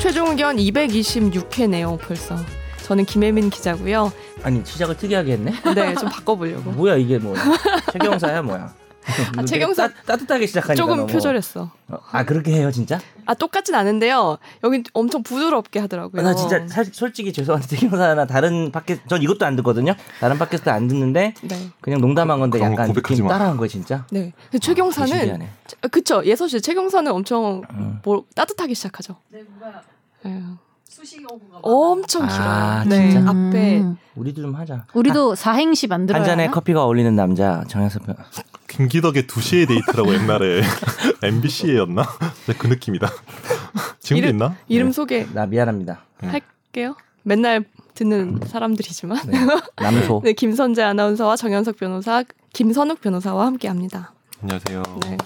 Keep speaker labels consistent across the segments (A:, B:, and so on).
A: 발견 226회네요, 벌써. 저는 김혜민 기자고요.
B: 아니 시작을 특이하게 했네.
A: 네, 좀 바꿔보려고.
B: 뭐야 이게 뭐야? 최경사야 뭐야?
A: 아, 최경사-
B: 되게 따- 따뜻하게 시작하니까
A: 조금
B: 너무.
A: 표절했어.
B: 어, 아 그렇게 해요 진짜?
A: 아 똑같진 않은데요. 여긴 엄청 부드럽게 하더라고요.
B: 아, 나 진짜 사실 솔직히 죄송한데 최경사나 다른 팟캐스트 전 이것도 안 듣거든요. 다른 팟캐스트 안 듣는데
A: 네.
B: 그냥 농담한 건데
C: 그런 거
B: 약간
C: 고백하지
B: 느낌
C: 마.
B: 따라한 거야 진짜.
A: 네. 근데 최경사는
B: 신기하네.
A: 아, 그쵸 예서 씨 최경사는 엄청
B: 음.
A: 뭐 따뜻하게 시작하죠.
D: 네, 뭔가
A: 네.
D: 수식어구가
A: 엄청 길어요.
B: 아,
A: 네.
B: 진짜?
A: 앞에
E: 음.
B: 우리도 좀 하자.
E: 우리도 사행시 만들어야
B: 한 잔에
E: 하나?
B: 커피가 어울리는 남자 정현섭 변-
C: 김기덕의 2시의 데이트라고 옛날에 MBC였나? 그 느낌이다. 지금도
A: 이름-
C: 있나?
A: 이름
C: 네.
B: 나 미안합니다.
A: 소개할게요. 맨날 듣는 사람들이지만
B: 네. 남소.
A: 네, 김선재 아나운서와 정현석 변호사, 김선욱 변호사와 함께합니다.
C: 안녕하세요.
A: 네.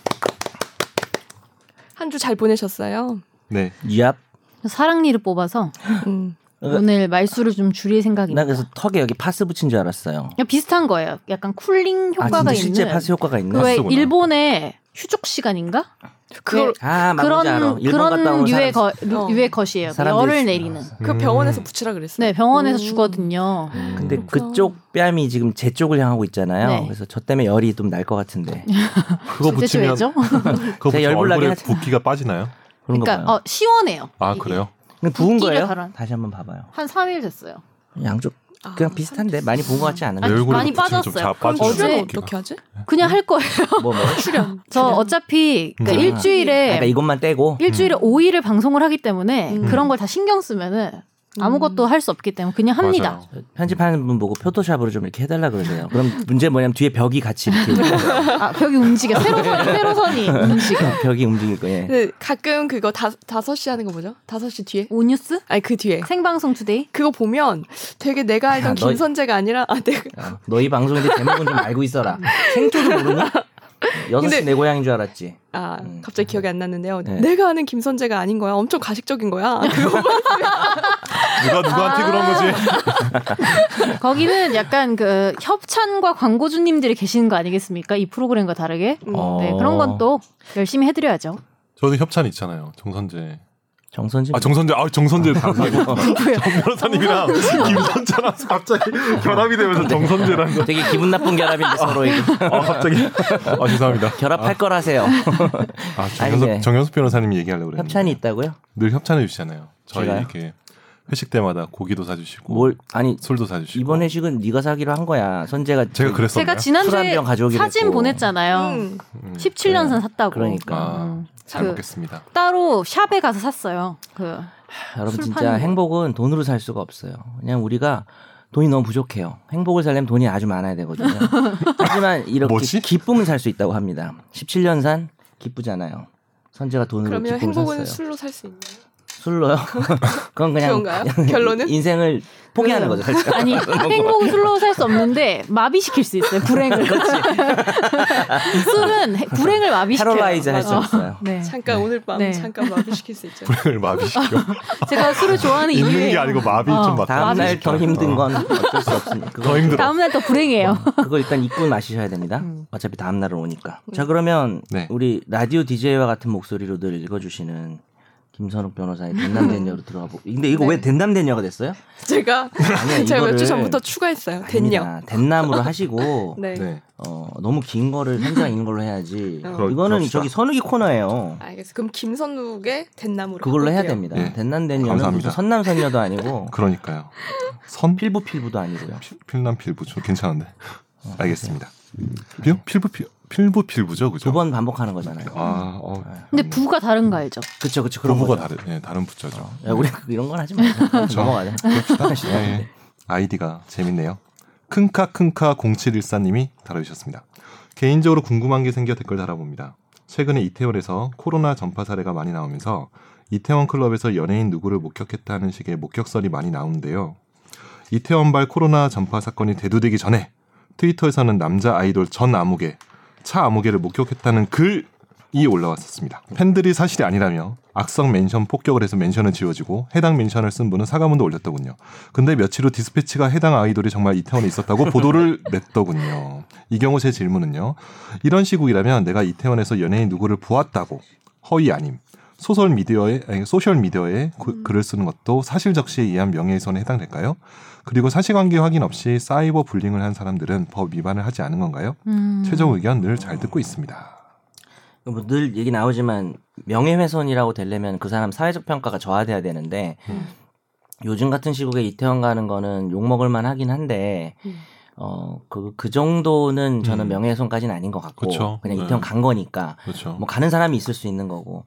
A: 한 주 잘 보내셨어요.
C: 네.
B: 유압.
E: 사랑니를 뽑아서
A: 음.
B: 어.
E: 오늘 말수를 좀 줄일
B: 나
E: 생각입니다.
B: 그래서 턱에 여기 파스 붙인 줄 알았어요.
E: 그냥 비슷한 거예요. 약간 쿨링
B: 아 진짜
E: 효과가 있는.
B: 실제 파스 효과가 있네.
E: 그왜
C: 쓰구나.
E: 일본의 휴족 시간인가? 네.
A: 그걸
B: 아, 맞
E: 그런
B: 알아. 일본 갔다
E: 그런
B: 온 사람
E: 류의 거 류-
A: 어.
E: 류의 것이에요.
B: 사람들이
E: 열을
B: 있어요.
E: 내리는.
A: 그
C: 음.
A: 병원에서 붙이라 그랬어요.
E: 네, 병원에서
A: 음.
E: 주거든요.
B: 근데
A: 그렇구나.
B: 그쪽 뺨이 지금 제 쪽을 향하고 있잖아요.
E: 네.
B: 그래서 저 때문에 열이 좀 날 것 같은데
C: 그거
E: 도대체
C: 붙이면
E: 왜죠?
C: 그거
B: 제가
C: 붙이면
B: 열불나게
C: 얼굴에
B: 하지.
C: 붓기가 빠지나요?
B: 그런 가
E: 그러니까
B: 봐요.
E: 어, 시원해요.
C: 아
E: 이게.
C: 그래요?
B: 그냥 부은
E: 붓기가
B: 거예요?
E: 가라앉-
B: 다시 한번 봐봐요.
E: 한 3일 됐어요.
B: 양쪽
A: 아,
B: 그냥 비슷한데 많이 본 것 같지
E: 아니,
C: 내
B: 않은데.
C: 얼굴에
E: 많이
C: 붙이면 좀
E: 빠졌어요.
C: 잘
A: 그럼
C: 빠지는
A: 출연
E: 어제-
C: 느낌.
A: 어떻게 하지?
E: 그냥 할 거예요.
B: 뭐 뭐.
A: 출연.
E: 저 어차피 그러니까
C: 음.
E: 일주일에
B: 그러니까 이것만 떼고
E: 일주일에 5일을 방송을 하기 때문에
A: 음.
E: 그런 걸 다 신경 쓰면은 아무것도 할 수 없기 때문에 그냥 합니다.
C: 맞아요.
B: 편집하는 분 보고 포토샵으로 좀 이렇게 해달라 그러세요. 그럼 문제 뭐냐면 뒤에 벽이 같이 이렇게 있고
E: 아, 벽이 움직여. 세로선이, 세로선이 움직여.
B: 벽이 움직일 거예요.
A: 근데 가끔 그거 다, 5시 하는 거 뭐죠? 5시 뒤에?
E: 오뉴스?
A: 아니 그 뒤에.
E: 생방송 투데이?
A: 그거 보면 되게 내가 알던
B: 야, 아, 너-
A: 김선재가 아니라 아 내가
B: 어, 너희 방송인데 제목은 좀 알고 있어라. 생초도 모르니? 여섯
A: 근데-
B: 시내 고향인 줄 알았지.
A: 아
B: 음.
A: 갑자기 기억이 안 났는데요.
B: 네. 음,
A: 내가 아는 김선재가 아닌 거야. 엄청 가식적인 거야. 그거 봐.
C: 누가 누구한테 그런 거지?
E: 거기는 약간 그 협찬과 광고주님들이 계시는 거 아니겠습니까? 이 프로그램과 다르게.
A: 음.
B: 어.
E: 네, 그런 건 또 열심히 해드려야죠.
C: 저는 협찬 있잖아요. 정선재.
B: 정선진.
C: 아 정선재. 아 정선재 당사자. 정 변호사님이랑 김선재랑 갑자기 결합이 되면서 정선재랑.
B: 되게 기분 나쁜 결합인데 서로에게
C: 아 갑자기. 아 죄송합니다.
B: 결합할 거라세요.
C: 아
B: 아니, 네.
C: 정현석, 정현석 변호사님 얘기하려고 그랬는데.
B: 협찬이 있다고요?
C: 늘 협찬해 주시잖아요. 저희
B: 제가요?
C: 이렇게 회식 때마다 고기도 뭐 사주시고
B: 뭘 아니
C: 술도 사주시고
B: 이번 회식은 네가 사기로 한 거야. 선재가
C: 제가 그랬었나요?
E: 제가
B: 술 한
E: 지난주에
B: 병 가져오기로
E: 사진
B: 했고. 네.
E: 보냈잖아요.
A: 음.
C: 음,
E: 17년 산 샀다고.
B: 그러니까.
C: 아,
E: 음.
C: 잘
E: 그
C: 먹겠습니다.
E: 따로 샵에 가서 샀어요. 그
B: 여러분
E: 술
B: 진짜
E: 파는 거.
B: 행복은 돈으로 살 수가 없어요. 그냥 우리가 돈이 너무 부족해요. 행복을 살려면 돈이 아주 많아야 되거든요. 하지만 이렇게
C: 뭐지?
B: 기쁨은 살 수 있다고 합니다. 17년 산 기쁘잖아요. 선재가 돈으로
A: 그러면
B: 기쁨을
A: 행복은
B: 샀어요.
A: 술로 살 수 있나요?
B: 술로요? 그건 그냥
A: 그런가요? 결론은?
B: 인생을 포기하는 거죠. 사실.
E: 아니 행복은 술로 살 수 없는데 마비시킬 수 있어요. 불행을. 술은 해- 불행을 마비시켜요.
B: 패러라이즈 할 수
E: 어.
B: 없어요.
E: 네.
A: 잠깐 오늘 밤
E: 네.
A: 잠깐 마비시킬 수 있죠.
C: 불행을 마비시켜.
E: 제가 술을 좋아하는 이유예요.
C: 있는 게 아니고 마비
E: 어,
C: 좀 맞다.
B: 다음 날 더
C: 마비시켜.
B: 힘든
C: 어.
B: 건 어쩔 수 없으니까. 그건
C: 더 힘들어.
E: 다음 날 또 불행해요.
B: 그거 일단 입고 마시셔야 됩니다. 어차피 다음 날은 오니까. 자 그러면
C: 네.
B: 우리 라디오 DJ와 같은 목소리로 늘 읽어주시는 김선욱 변호사의 된남된녀로 들어가 보. 근데 이거 왜 된남된녀가 됐어요?
A: 제가
B: 아니야,
A: 제가 몇 주
B: 이거를-
A: 전부터 추가했어요. 됐냐?
B: 아닙니다. 된남으로 하시고
A: 네.
C: 네.
B: 어, 너무 긴 거를 현장 있는 걸로 해야지.
A: 어.
C: 그럴-
B: 이거는
C: 그럽시다.
B: 저기 선욱이 코너예요.
A: 알겠어. 그럼 김선욱의 됐나무로
B: 그걸로 해야
A: 바꿀게요.
B: 됩니다.
C: 예.
B: 된남된녀는
C: 감사합니다.
B: 무슨 선남선녀도 아니고
C: 그러니까요. 선
B: 필부 필부도 아니고요.
C: 필- 필남 필부 좀 괜찮은데.
B: 어.
C: 알겠습니다. 필, 필부 필, 필부 필부죠, 그죠?
B: 두 번 반복하는 거잖아요.
C: 아, 어.
E: 근데 부가 다른 거 알죠?
B: 그쵸 그쵸 그런
C: 부부가
B: 거죠.
C: 다른 예, 다른 부처죠.
B: 어,
C: 그렇죠.
B: 야, 우리 이런 건 하지 말자. 넘어가자.
C: 예, 예. 아이디가 재밌네요. 큰카큰카0714님이 달아주셨습니다. 개인적으로 궁금한 게 생겨 댓글 달아봅니다. 최근에 이태원에서 코로나 전파 사례가 많이 나오면서 이태원 클럽에서 연예인 누구를 목격했다는 식의 목격설이 많이 나오는데요. 이태원발 코로나 전파 사건이 대두되기 전에 트위터에서는 남자 아이돌 전 아무개, 차 아무개를 목격했다는 글이 올라왔었습니다. 팬들이 사실이 아니라며 악성 멘션 폭격을 해서 멘션을 지워지고 해당 멘션을 쓴 분은 사과문도 올렸더군요. 근데 며칠 후 디스패치가 해당 아이돌이 정말 이태원에 있었다고 보도를 냈더군요. 이 경우 제 질문은요. 이런 시국이라면 내가 이태원에서 연예인 누구를 보았다고 허위 아님
F: 소설 미디어에 아니, 소셜 미디어에 그-
A: 음.
F: 글을 쓰는 것도 사실 적시에 의한 명예훼손에 해당될까요? 그리고 사실관계 확인 없이 사이버 불링을 한 사람들은 법 위반을 하지 않은 건가요?
E: 음.
F: 최종 의견 늘 잘 듣고 있습니다.
B: 뭐늘 얘기 나오지만 명예훼손이라고 되려면 그 사람 사회적 평가가 저하돼야 되는데
F: 음.
B: 요즘 같은 시국에 이태원 가는 거는 욕먹을 만 하긴 한데
A: 음.
B: 어, 그, 그 정도는 저는
F: 음.
B: 명예훼손까지는 아닌 것 같고
F: 그쵸.
B: 그냥
F: 네.
B: 이태원 간 거니까
F: 그렇죠. 음,
B: 뭐 가는 사람이 있을 수 있는 거고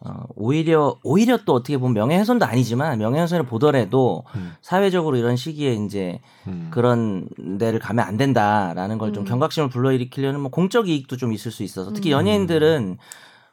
B: 어, 오히려 오히려 또 어떻게 보면 명예훼손도 아니지만 명예훼손을 보더라도
F: 음.
B: 사회적으로 이런 시기에 이제 음. 그런 데를 가면 안 된다라는 걸 좀
A: 음.
B: 경각심을 불러일으키려는 뭐 공적 이익도 좀 있을 수 있어서 특히
F: 음.
B: 연예인들은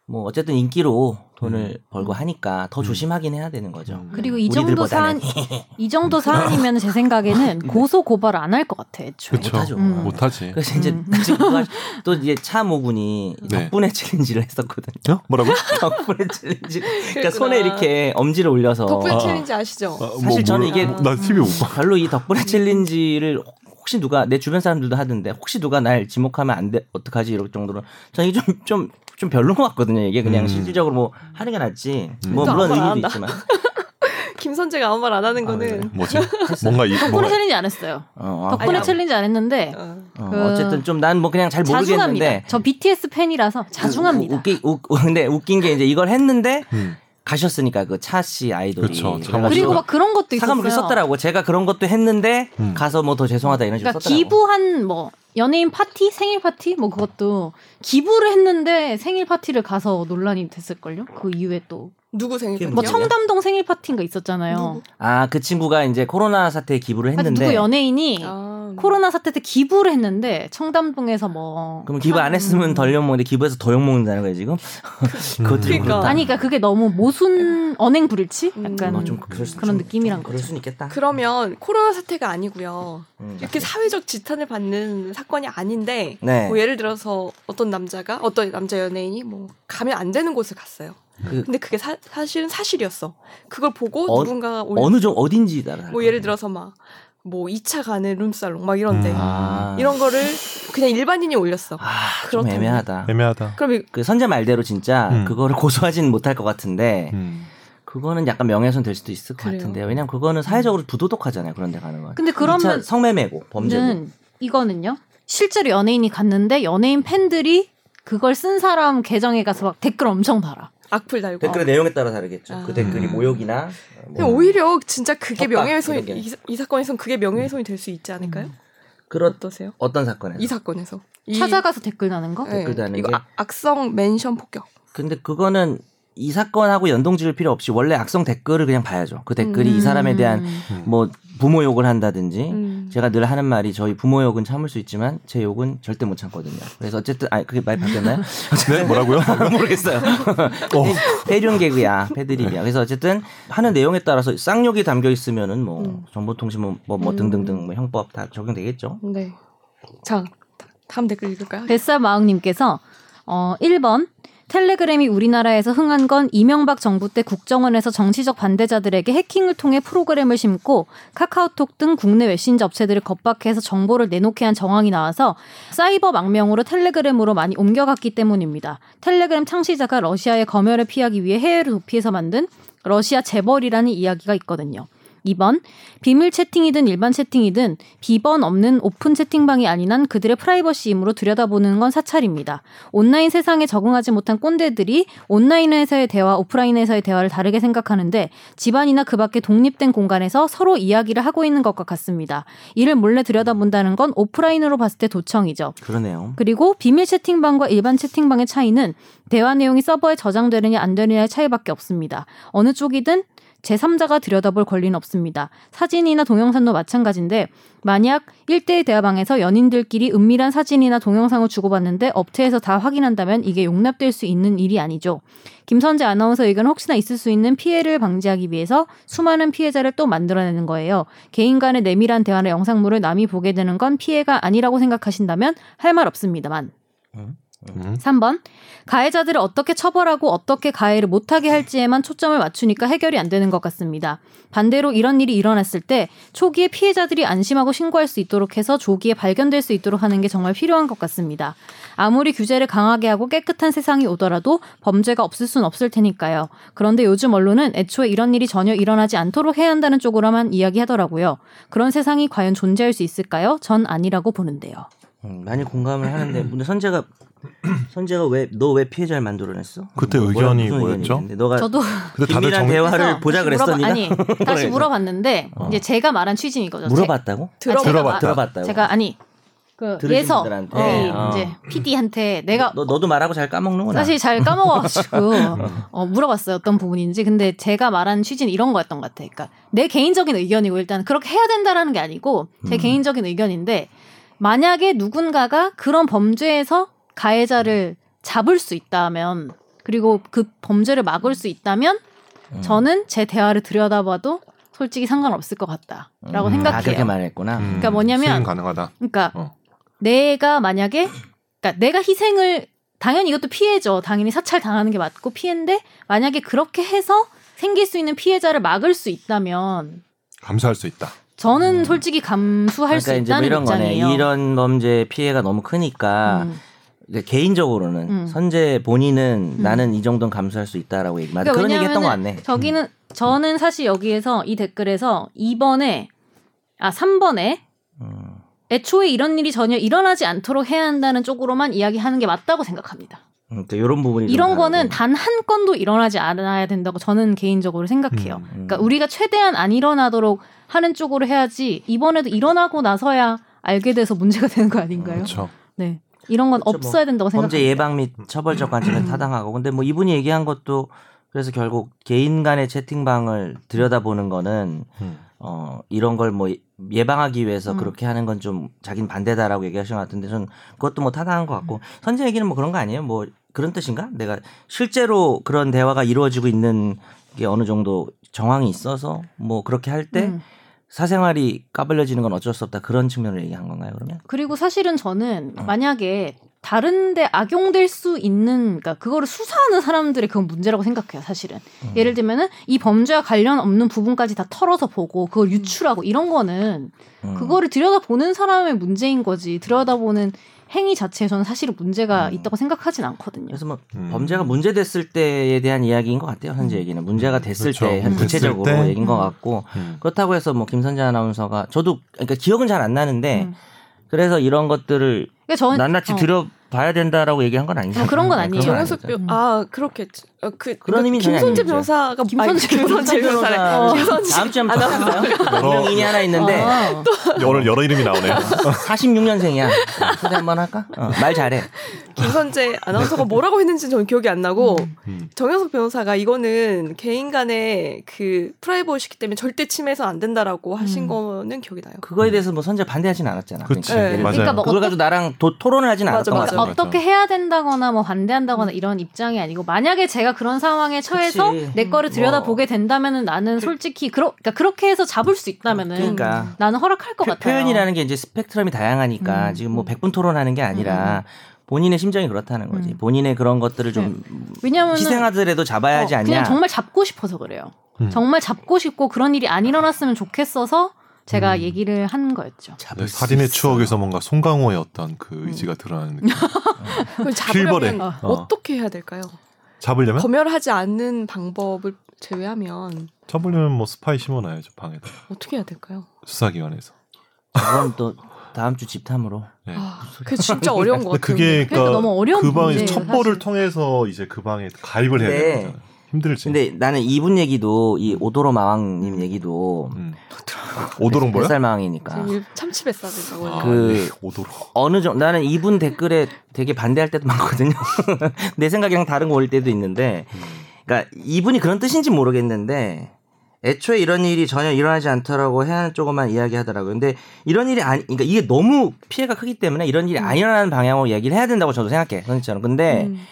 B: 뭐 어쨌든 인기로 돈을
F: 음.
B: 벌고 하니까 더
F: 음.
B: 조심하긴 해야 되는 거죠.
E: 그리고 이 정도 사안
B: 우리들보다는
E: 이 정도 사안이면 제 생각에는 고소 고발 안 할 것 같아. 애초에.
F: 그쵸.
B: 못하죠.
E: 음.
F: 못하지.
B: 그래서 이제
E: 음.
B: 지금 또 하- 또 이제 차 모군이
F: 네. 어?
B: 덕분에 챌린지를 했었거든요.
F: 뭐라고?
B: 덕분에 챌린지. 그러니까 손에 이렇게 어. 엄지를 올려서
A: 덕분에
F: 아.
A: 챌린지 아시죠?
B: 사실 저는 이게-
F: 어, 뭐, 나 TV 못 봐.
B: 별로 이
E: 음.
B: 덕분에 챌린지를 혹- 혹시 누가 내 주변 사람들도 하던데 혹시 누가 날 지목하면 안 돼 어떡하지 이럴 정도로 저는 이게 좀 좀 좀 별론 것 같거든요 이게 그냥
F: 음.
B: 실질적으로 뭐 하는 게 낫지
F: 음.
B: 뭐
A: 그러니까
B: 물론
A: 아무거나 안
B: 의미도
A: 한다.
B: 있지만
A: 김선재가 아무 말 안 하는
B: 아,
A: 거는
F: 뭐지? 뭔가 이
E: 덕분에
F: 뭐가
B: 그렇죠.
E: 챌린지 안 했어요.
B: 어, 어,
E: 덕분에
A: 아니,
E: 챌린지 안
B: 네.
E: 했는데
A: 어.
E: 그-
B: 쨌든 좀 난 뭐 그냥 잘 모르겠는데 그,
E: 자중합니다. 저 BTS 팬이라서
B: 우-
E: 자중합니다.
B: 웃기 웃 근데 웃긴 게 이제 이걸 했는데
F: 음.
B: 가셨으니까 그 차 씨 아이돌이
F: 그쵸, 차
B: 그래가지고
E: 그리고 막 그런 것도 있었어요.
B: 사과문을 썼더라고 제가 그런 것도 했는데
F: 음.
B: 가서 뭐 더 죄송하다 이런 식으로
E: 그러니까
B: 썼더라고
E: 기부한 뭐 연예인 파티 생일 파티 뭐 그것도 기부를 했는데 생일 파티를 가서 논란이 됐을걸요. 그 이후에 또 뭐
A: 누구 생일
B: 그게
A: 파티야?
B: 뭐죠?
E: 청담동 생일 파티인가 있었잖아요.
A: 누구?
B: 아 그 친구가 이제 코로나 사태에 기부를
E: 하여튼
B: 했는데
E: 아, 누구 연예인이
B: 뭐
A: 아,
E: 코로나 사태 때 기부를 했는데 청담동에서 뭐
B: 그럼 기부 안 했으면 덜 욕먹는데 기부해서 더 욕먹는다는 거예요 지금? 그것도 좀
A: 그러니까.
B: 그렇다. 아,
E: 아니 그러니까 그게 너무 모순 언행 불일치
A: 음.
E: 약간
B: 뭐좀 그럴 수-
E: 그런
B: 좀
E: 느낌이란
B: 그럴
E: 거죠.
B: 순 있겠다.
A: 그러면 코로나 사태가 아니고요.
B: 음.
A: 이렇게 사회적 지탄을 받는 사건이 아닌데
B: 네.
A: 뭐 예를 들어서 어떤 남자가 어떤 남자 연예인이 뭐 가면 안 되는 곳을 갔어요.
B: 그-
A: 근데 그게 사, 실은 사실이었어. 그걸 보고
B: 어-
A: 누군가가 올린
B: 어느 정 어딘지 따라.
A: 뭐 예를 들어서 막 뭐 2차 가는 룸살롱 막 이런데
F: 음.
B: 아.
A: 이런 거를 그냥 일반인이 올렸어.
B: 아, 좀
A: 그렇다면.
B: 애매하다.
F: 애매하다.
A: 그럼 이-
B: 그 선제 말대로 진짜
F: 음.
B: 그거를 고소하진 못할 것 같은데
F: 음.
B: 그거는 약간 명예훼손 될 수도 있을 것
A: 그래요?
B: 같은데요. 왜냐면 그거는 사회적으로 부도덕하잖아요. 그런 데 가는 건.
E: 근데 그러면
B: 이차 성매매고 범죄고.
E: 는 이거는요. 실제로 연예인이 갔는데 연예인 팬들이 그걸 쓴 사람 계정에 가서 막 댓글 엄청 달아.
A: 악플 달고
B: 댓글의 내용에 따라 다르겠죠.
A: 어. 아.
B: 그 댓글이
F: 음.
B: 모욕이나 뭐
A: 그냥 오히려 진짜 그게
B: 협박,
A: 명예훼손이
B: 어. 이런 게. 음,
A: 이, 사- 이 사건에선 그게 명예훼손이 될 수 있지 않을까요?
B: 그런
A: 어떠세요?
B: 어떤 사건에서
A: 이 사건에서 이-
E: 찾아가서 댓글 다는 거?
A: 네.
B: 댓글 다는
A: 이거
B: 게?
A: 악- 악성 맨션 폭격.
B: 근데 그거는 이 사건하고 연동 지을 필요 없이 원래 악성 댓글을 그냥 봐야죠. 그 댓글이 이 사람에 대한
F: 음.
B: 뭐 부모 욕을 한다든지
A: 음.
B: 제가 늘 하는 말이 저희 부모 욕은 참을 수 있지만 제 욕은 절대 못 참거든요. 그래서 어쨌든 아 그게 말 바뀌었나요?
F: 네, 뭐라고요?
B: 모르겠어요. 패륜 개그야, 패드립이야. 그래서 어쨌든 하는 내용에 따라서 쌍욕이 담겨 있으면은 뭐
A: 음.
B: 정보통신 뭐, 뭐
A: 음.
B: 등등등 뭐 형법 다 적용되겠죠.
A: 네. 자, 다- 다음 댓글 읽을까요?
E: 네. 뱃살마왕님께서 어, 1번 텔레그램이 우리나라에서 흥한 건 이명박 정부 때 국정원에서 정치적 반대자들에게 해킹을 통해 프로그램을 심고 카카오톡 등 국내 메신저 업체들을 겁박해서 정보를 내놓게 한 정황이 나와서 사이버 망명으로 텔레그램으로 많이 옮겨갔기 때문입니다. 텔레그램 창시자가 러시아의 검열을 피하기 위해 해외를 도피해서 만든 러시아 재벌이라는 이야기가 있거든요. 2번 비밀 채팅이든 일반 채팅이든 비번 없는 오픈 채팅방이 아닌 한 그들의 프라이버시임으로 들여다보는 건 사찰입니다. 온라인 세상에 적응하지 못한 꼰대들이 온라인에서의 대화, 오프라인에서의 대화를 다르게 생각하는데 집안이나 그 밖의 독립된 공간에서 서로 이야기를 하고 있는 것과 같습니다. 이를 몰래 들여다본다는 건 오프라인으로 봤을 때 도청이죠.
B: 그러네요.
E: 그리고 비밀 채팅방과 일반 채팅방의 차이는 대화 내용이 서버에 저장되느냐 안 되느냐의 차이밖에 없습니다. 어느 쪽이든 제3자가 들여다볼 권리는 없습니다. 사진이나 동영상도 마찬가지인데 만약 1대1 대화방에서 연인들끼리 은밀한 사진이나 동영상을 주고받는데 업체에서 다 확인한다면 이게 용납될 수 있는 일이 아니죠. 김선재 아나운서 의견 혹시나 있을 수 있는 피해를 방지하기 위해서 수많은 피해자를 또 만들어내는 거예요. 개인 간의 내밀한 대화나 영상물을 남이 보게 되는 건 피해가 아니라고 생각하신다면 할 말 없습니다만.
F: 음.
E: 3번 가해자들을 어떻게 처벌하고 어떻게 가해를 못하게 할지에만 초점을 맞추니까 해결이 안 되는 것 같습니다. 반대로 이런 일이 일어났을 때 초기에 피해자들이 안심하고 신고할 수 있도록 해서 조기에 발견될 수 있도록 하는 게 정말 필요한 것 같습니다. 아무리 규제를 강하게 하고 깨끗한 세상이 오더라도 범죄가 없을 순 없을 테니까요. 그런데 요즘 언론은 애초에 이런 일이 전혀 일어나지 않도록 해야 한다는 쪽으로만 이야기하더라고요. 그런 세상이 과연 존재할 수 있을까요? 전 아니라고 보는데요.
B: 음, 많이 공감을 하는데 근데 선재가 선재가 왜 너 왜 피해자를 만들어냈어?
F: 그때
B: 뭐,
F: 의견이
B: 무슨
F: 뭐였죠?
B: 의견이 있는데 너가
E: 저도
F: 근데 다들
B: 긴밀한
F: 정
B: 대화를 보자
E: 다시
B: 그랬어
E: 물어봐-
B: 니가
E: 아니 다시
B: 그래.
E: 물어봤는데
B: 어.
E: 이제 제가 말한 취지인 이거죠. 제-
B: 물어봤다고?
E: 제가
A: 들어봐.
E: 말-
B: 들어봤다고.
E: 제가 아니 그
B: 들으신
E: 예서
B: 분들한테.
E: 우리
B: 어.
E: 이제 PD한테 내가
B: 너 너도 말하고 잘 까먹는구나.
E: 사실 잘 까먹어가지고 어, 물어봤어요 어떤 부분인지 근데 제가 말한 취지는 이런 거였던 것 같아. 그러니까 내 개인적인 의견이고 일단 그렇게 해야 된다라는 게 아니고 제
B: 음.
E: 개인적인 의견인데 만약에 누군가가 그런 범죄에서 가해자를 잡을 수 있다면 그리고 그 범죄를 막을 수 있다면
B: 음.
E: 저는 제 대화를 들여다봐도 솔직히 상관없을 것 같다라고
B: 음. 아, 그렇게
E: 생각해요.
B: 말했구나.
F: 음,
E: 그러니까 뭐냐면-
F: 수용 가능하다.
E: 그러니까
F: 어.
E: 내가 만약에 그러니까 내가 희생을 당연히 이것도 피해죠. 당연히 사찰 당하는 게 맞고 피해인데 만약에 그렇게 해서 생길 수 있는 피해자를 막을 수 있다면
F: 감수할 수 있다.
E: 저는 솔직히 감수할
B: 음. 그러니까
E: 수
B: 이제 뭐
E: 있다는
B: 이런
E: 입장이에요.
B: 거네. 이런 아, 범죄 피해가 너무 크니까
E: 음.
B: 이제 개인적으로는
E: 음.
B: 선재 본인은
E: 음.
B: 나는 이 정도는 감수할 수 있다라고 얘기. 맞아.
E: 그러니까
B: 그런 얘기했던 거
E: 왜냐면은
B: 같네. 음.
E: 저기는 저는 사실 여기에서 이 댓글에서 2번에 아 3번에
B: 음.
E: 애초에 이런 일이 전혀 일어나지 않도록 해야 한다는 쪽으로만 이야기하는 게 맞다고 생각합니다.
B: 그러니까 이런 부분이 좀
E: 이런 거는
B: 다르고.
E: 단 한 건도 일어나지 않아야 된다고 저는 개인적으로 생각해요.
F: 음.
B: 음.
E: 그러니까 우리가 최대한 안 일어나도록 하는 쪽으로 해야지 이번에도 일어나고 나서야 알게 돼서 문제가 되는 거 아닌가요?
F: 그렇죠.
E: 네. 이런 건
B: 그렇죠,
E: 없어야 된다고 생각합니다.
B: 범죄 예방 및 처벌적 관점에 타당하고 근데 뭐 이분이 얘기한 것도 그래서 결국 개인 간의 채팅방을 들여다보는 거는
F: 음.
B: 어 이런 걸 뭐 예방하기 위해서
E: 음.
B: 그렇게 하는 건 좀 자기는 반대다라고 얘기하신 것 같은데 저는 그것도 뭐 타당한 것
E: 음.
B: 같고 선재 얘기는 뭐 그런 거 아니에요 뭐 그런 뜻인가 내가 실제로 그런 대화가 이루어지고 있는 게 어느 정도 정황이 있어서 뭐 그렇게 할 때
E: 음.
B: 사생활이 까발려지는 건 어쩔 수 없다 그런 측면을 얘기한 건가요 그러면
E: 그리고 사실은 저는
B: 어.
E: 만약에 다른데 악용될 수 있는 그러니까 그거를 수사하는 사람들의 그건 문제라고 생각해요 사실은
B: 음.
E: 예를 들면은 이 범죄와 관련 없는 부분까지 다 털어서 보고 그걸 유출하고 이런 거는
B: 음.
E: 그거를 들여다보는 사람의 문제인 거지 들여다보는 행위 자체에 저는 사실은 문제가
B: 음.
E: 있다고 생각하진 않거든요.
B: 그래서 뭐
F: 음.
B: 범죄가 문제됐을 때에 대한 이야기인 것 같아요. 현재 얘기는 문제가 됐을
F: 그렇죠.
B: 때
F: 됐을
B: 구체적으로
F: 때.
B: 얘기인 것
E: 음.
B: 같고
F: 음.
B: 그렇다고 해서 뭐 김선재 아나운서가 저도 그러니까 기억은 잘 안 나는데
E: 음.
B: 그래서 이런 것들을
E: 그러니까 저는
B: 낱낱이
E: 어,
B: 들여봐야 된다라고 얘기한 건 아니죠. 네,
E: 어, 그런 건 아니에요.
B: 그건
A: 정현석
B: 아니죠.
E: 음.
A: 변 아 그렇겠지. 어, 그
B: 그런 의미는 전혀
A: 김선재
B: 아니죠.
A: 변호사가
E: 김선재
A: 아니, 김선재
E: 변호사.
A: 변호사래.
E: 어.
A: 김선재
B: 다음 주에 한번 더 해볼까요? 명인이 하나 있는데
E: 어.
F: 오늘 여러 이름이 나오네요.
B: 46년생이야. 초대 한번 할까? 어, 말 잘해.
A: 김선재 아나운서가 뭐라고 했는지 저는 기억이 안 나고
F: 음.
A: 정현석 변호사가 이거는 개인 간의 그 프라이버시기 때문에 절대 침해해서 안 된다라고 하신
E: 음.
A: 거는 기억이 나요.
B: 그거에 대해서 뭐 선재 반대하진 않았잖아.
F: 그치.
A: 네.
B: 예를 들어.
E: 그러니까 뭐
B: 그걸
E: 어떤
B: 가지고 나랑 도- 토론을 하진
A: 맞아,
B: 않았던 것
A: 맞아.
B: 같아요.
E: 어떻게 해야 된다거나 뭐 반대한다거나 이런 입장이 아니고 만약에 제가 그런 상황에 처해서
B: 음. 그치.
E: 내 거를
B: 음,
E: 들여다
B: 뭐.
E: 보게 된다면은 나는 솔직히 그러, 그러니까 그렇게 해서 잡을 수 있다면은
B: 그러니까
E: 나는 허락할 것
B: 표-
E: 같아요.
B: 표현이라는 게 이제 스펙트럼이 다양하니까
E: 음.
B: 지금 뭐 100분 토론하는 게 아니라 본인의 심정이 그렇다는 거지.
E: 음.
B: 본인의 그런 것들을 좀 음,
E: 왜냐면은
B: 희생하더라도 잡아야 하지
E: 어,
B: 않냐.
E: 그냥 정말 잡고 싶어서 그래요.
F: 음.
E: 정말 잡고 싶고 그런 일이 안 일어났으면 좋겠어서 제가
F: 음.
E: 얘기를 한 거였죠.
B: 잡을
F: 네,
B: 수
F: 살인의
B: 있어.
F: 추억에서 뭔가 송강호의 어떤 그 의지가 드러나는 느낌.
A: 그걸
F: 필벌에.
A: 잡으려면
F: 어.
A: 어. 떻게 해야 될까요?
F: 잡으려면
A: 검열하지 않는 방법을 제외하면
F: 잡으려면 뭐 스파이 심어놔야죠 방에다가
A: 어떻게 해야 될까요?
F: 수사기관에서.
B: 그건 또 다음 주 집탐으로.
F: 네.
A: 아, 그게 진짜 어려운 것
F: 근데
A: 같아요.
F: 그게
E: 그러니까
F: 그러니까
E: 너무 어려운
F: 그 방에
E: 문제예요,
F: 첩보를
E: 사실.
F: 통해서 이제 그 방에 가입을 해야
B: 네.
F: 되는 거잖아요. 힘들지.
B: 근데 나는 이분 얘기도 이 오도로 마왕님 얘기도
F: 음. 오도록 뭐야?
B: 뱃살 마왕이니까
A: 지금 참치 뱃살이라고
F: 아,
A: 해요.
B: 그-
F: 네, 오도록.
B: 어느 정도 나는 이분 댓글에 되게 반대할 때도 많거든요. 내 생각이랑 다른 거 올 때도 있는데 그러니까 이분이 그런 뜻인지 모르겠는데 애초에 이런 일이 전혀 일어나지 않더라고 해안 쪽으로만 이야기하더라고요. 근데 이런 일이 아니 그러니까 이게 네. 너무 피해가 크기 때문에 이런 일이 안 일어나는 방향으로 얘기를 해야 된다고 저도 생각해. 선생처럼. 근데
A: 음. 음.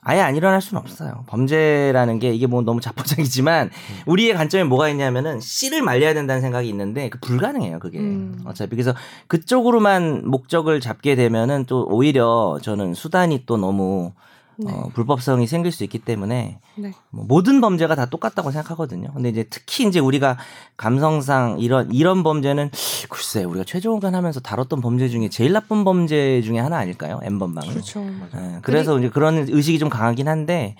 B: 아예 안 일어날 수는 없어요. 범죄라는 게 이게 뭐 너무 자포자기지만
A: 음.
B: 우리의 관점에 뭐가 있냐면은 씨를 말려야 된다는 생각이 있는데 그 불가능해요 그게
A: 음.
B: 어차피 그래서 그쪽으로만 목적을 잡게 되면은 또 오히려 저는 수단이 또 너무
A: 네.
B: 어, 불법성이 생길 수 있기 때문에
A: 네.
B: 뭐 모든 범죄가 다 똑같다고 생각하거든요. 근데 이제 특히 이제 우리가 감성상 이런 이런 범죄는 글쎄 우리가 최종 의견 하면서 다뤘던 범죄 중에 제일 나쁜 범죄 중에 하나 아닐까요? M 번방은.
A: 그렇죠.
B: 예, 그래서 이제 그런 의식이 좀 강하긴 한데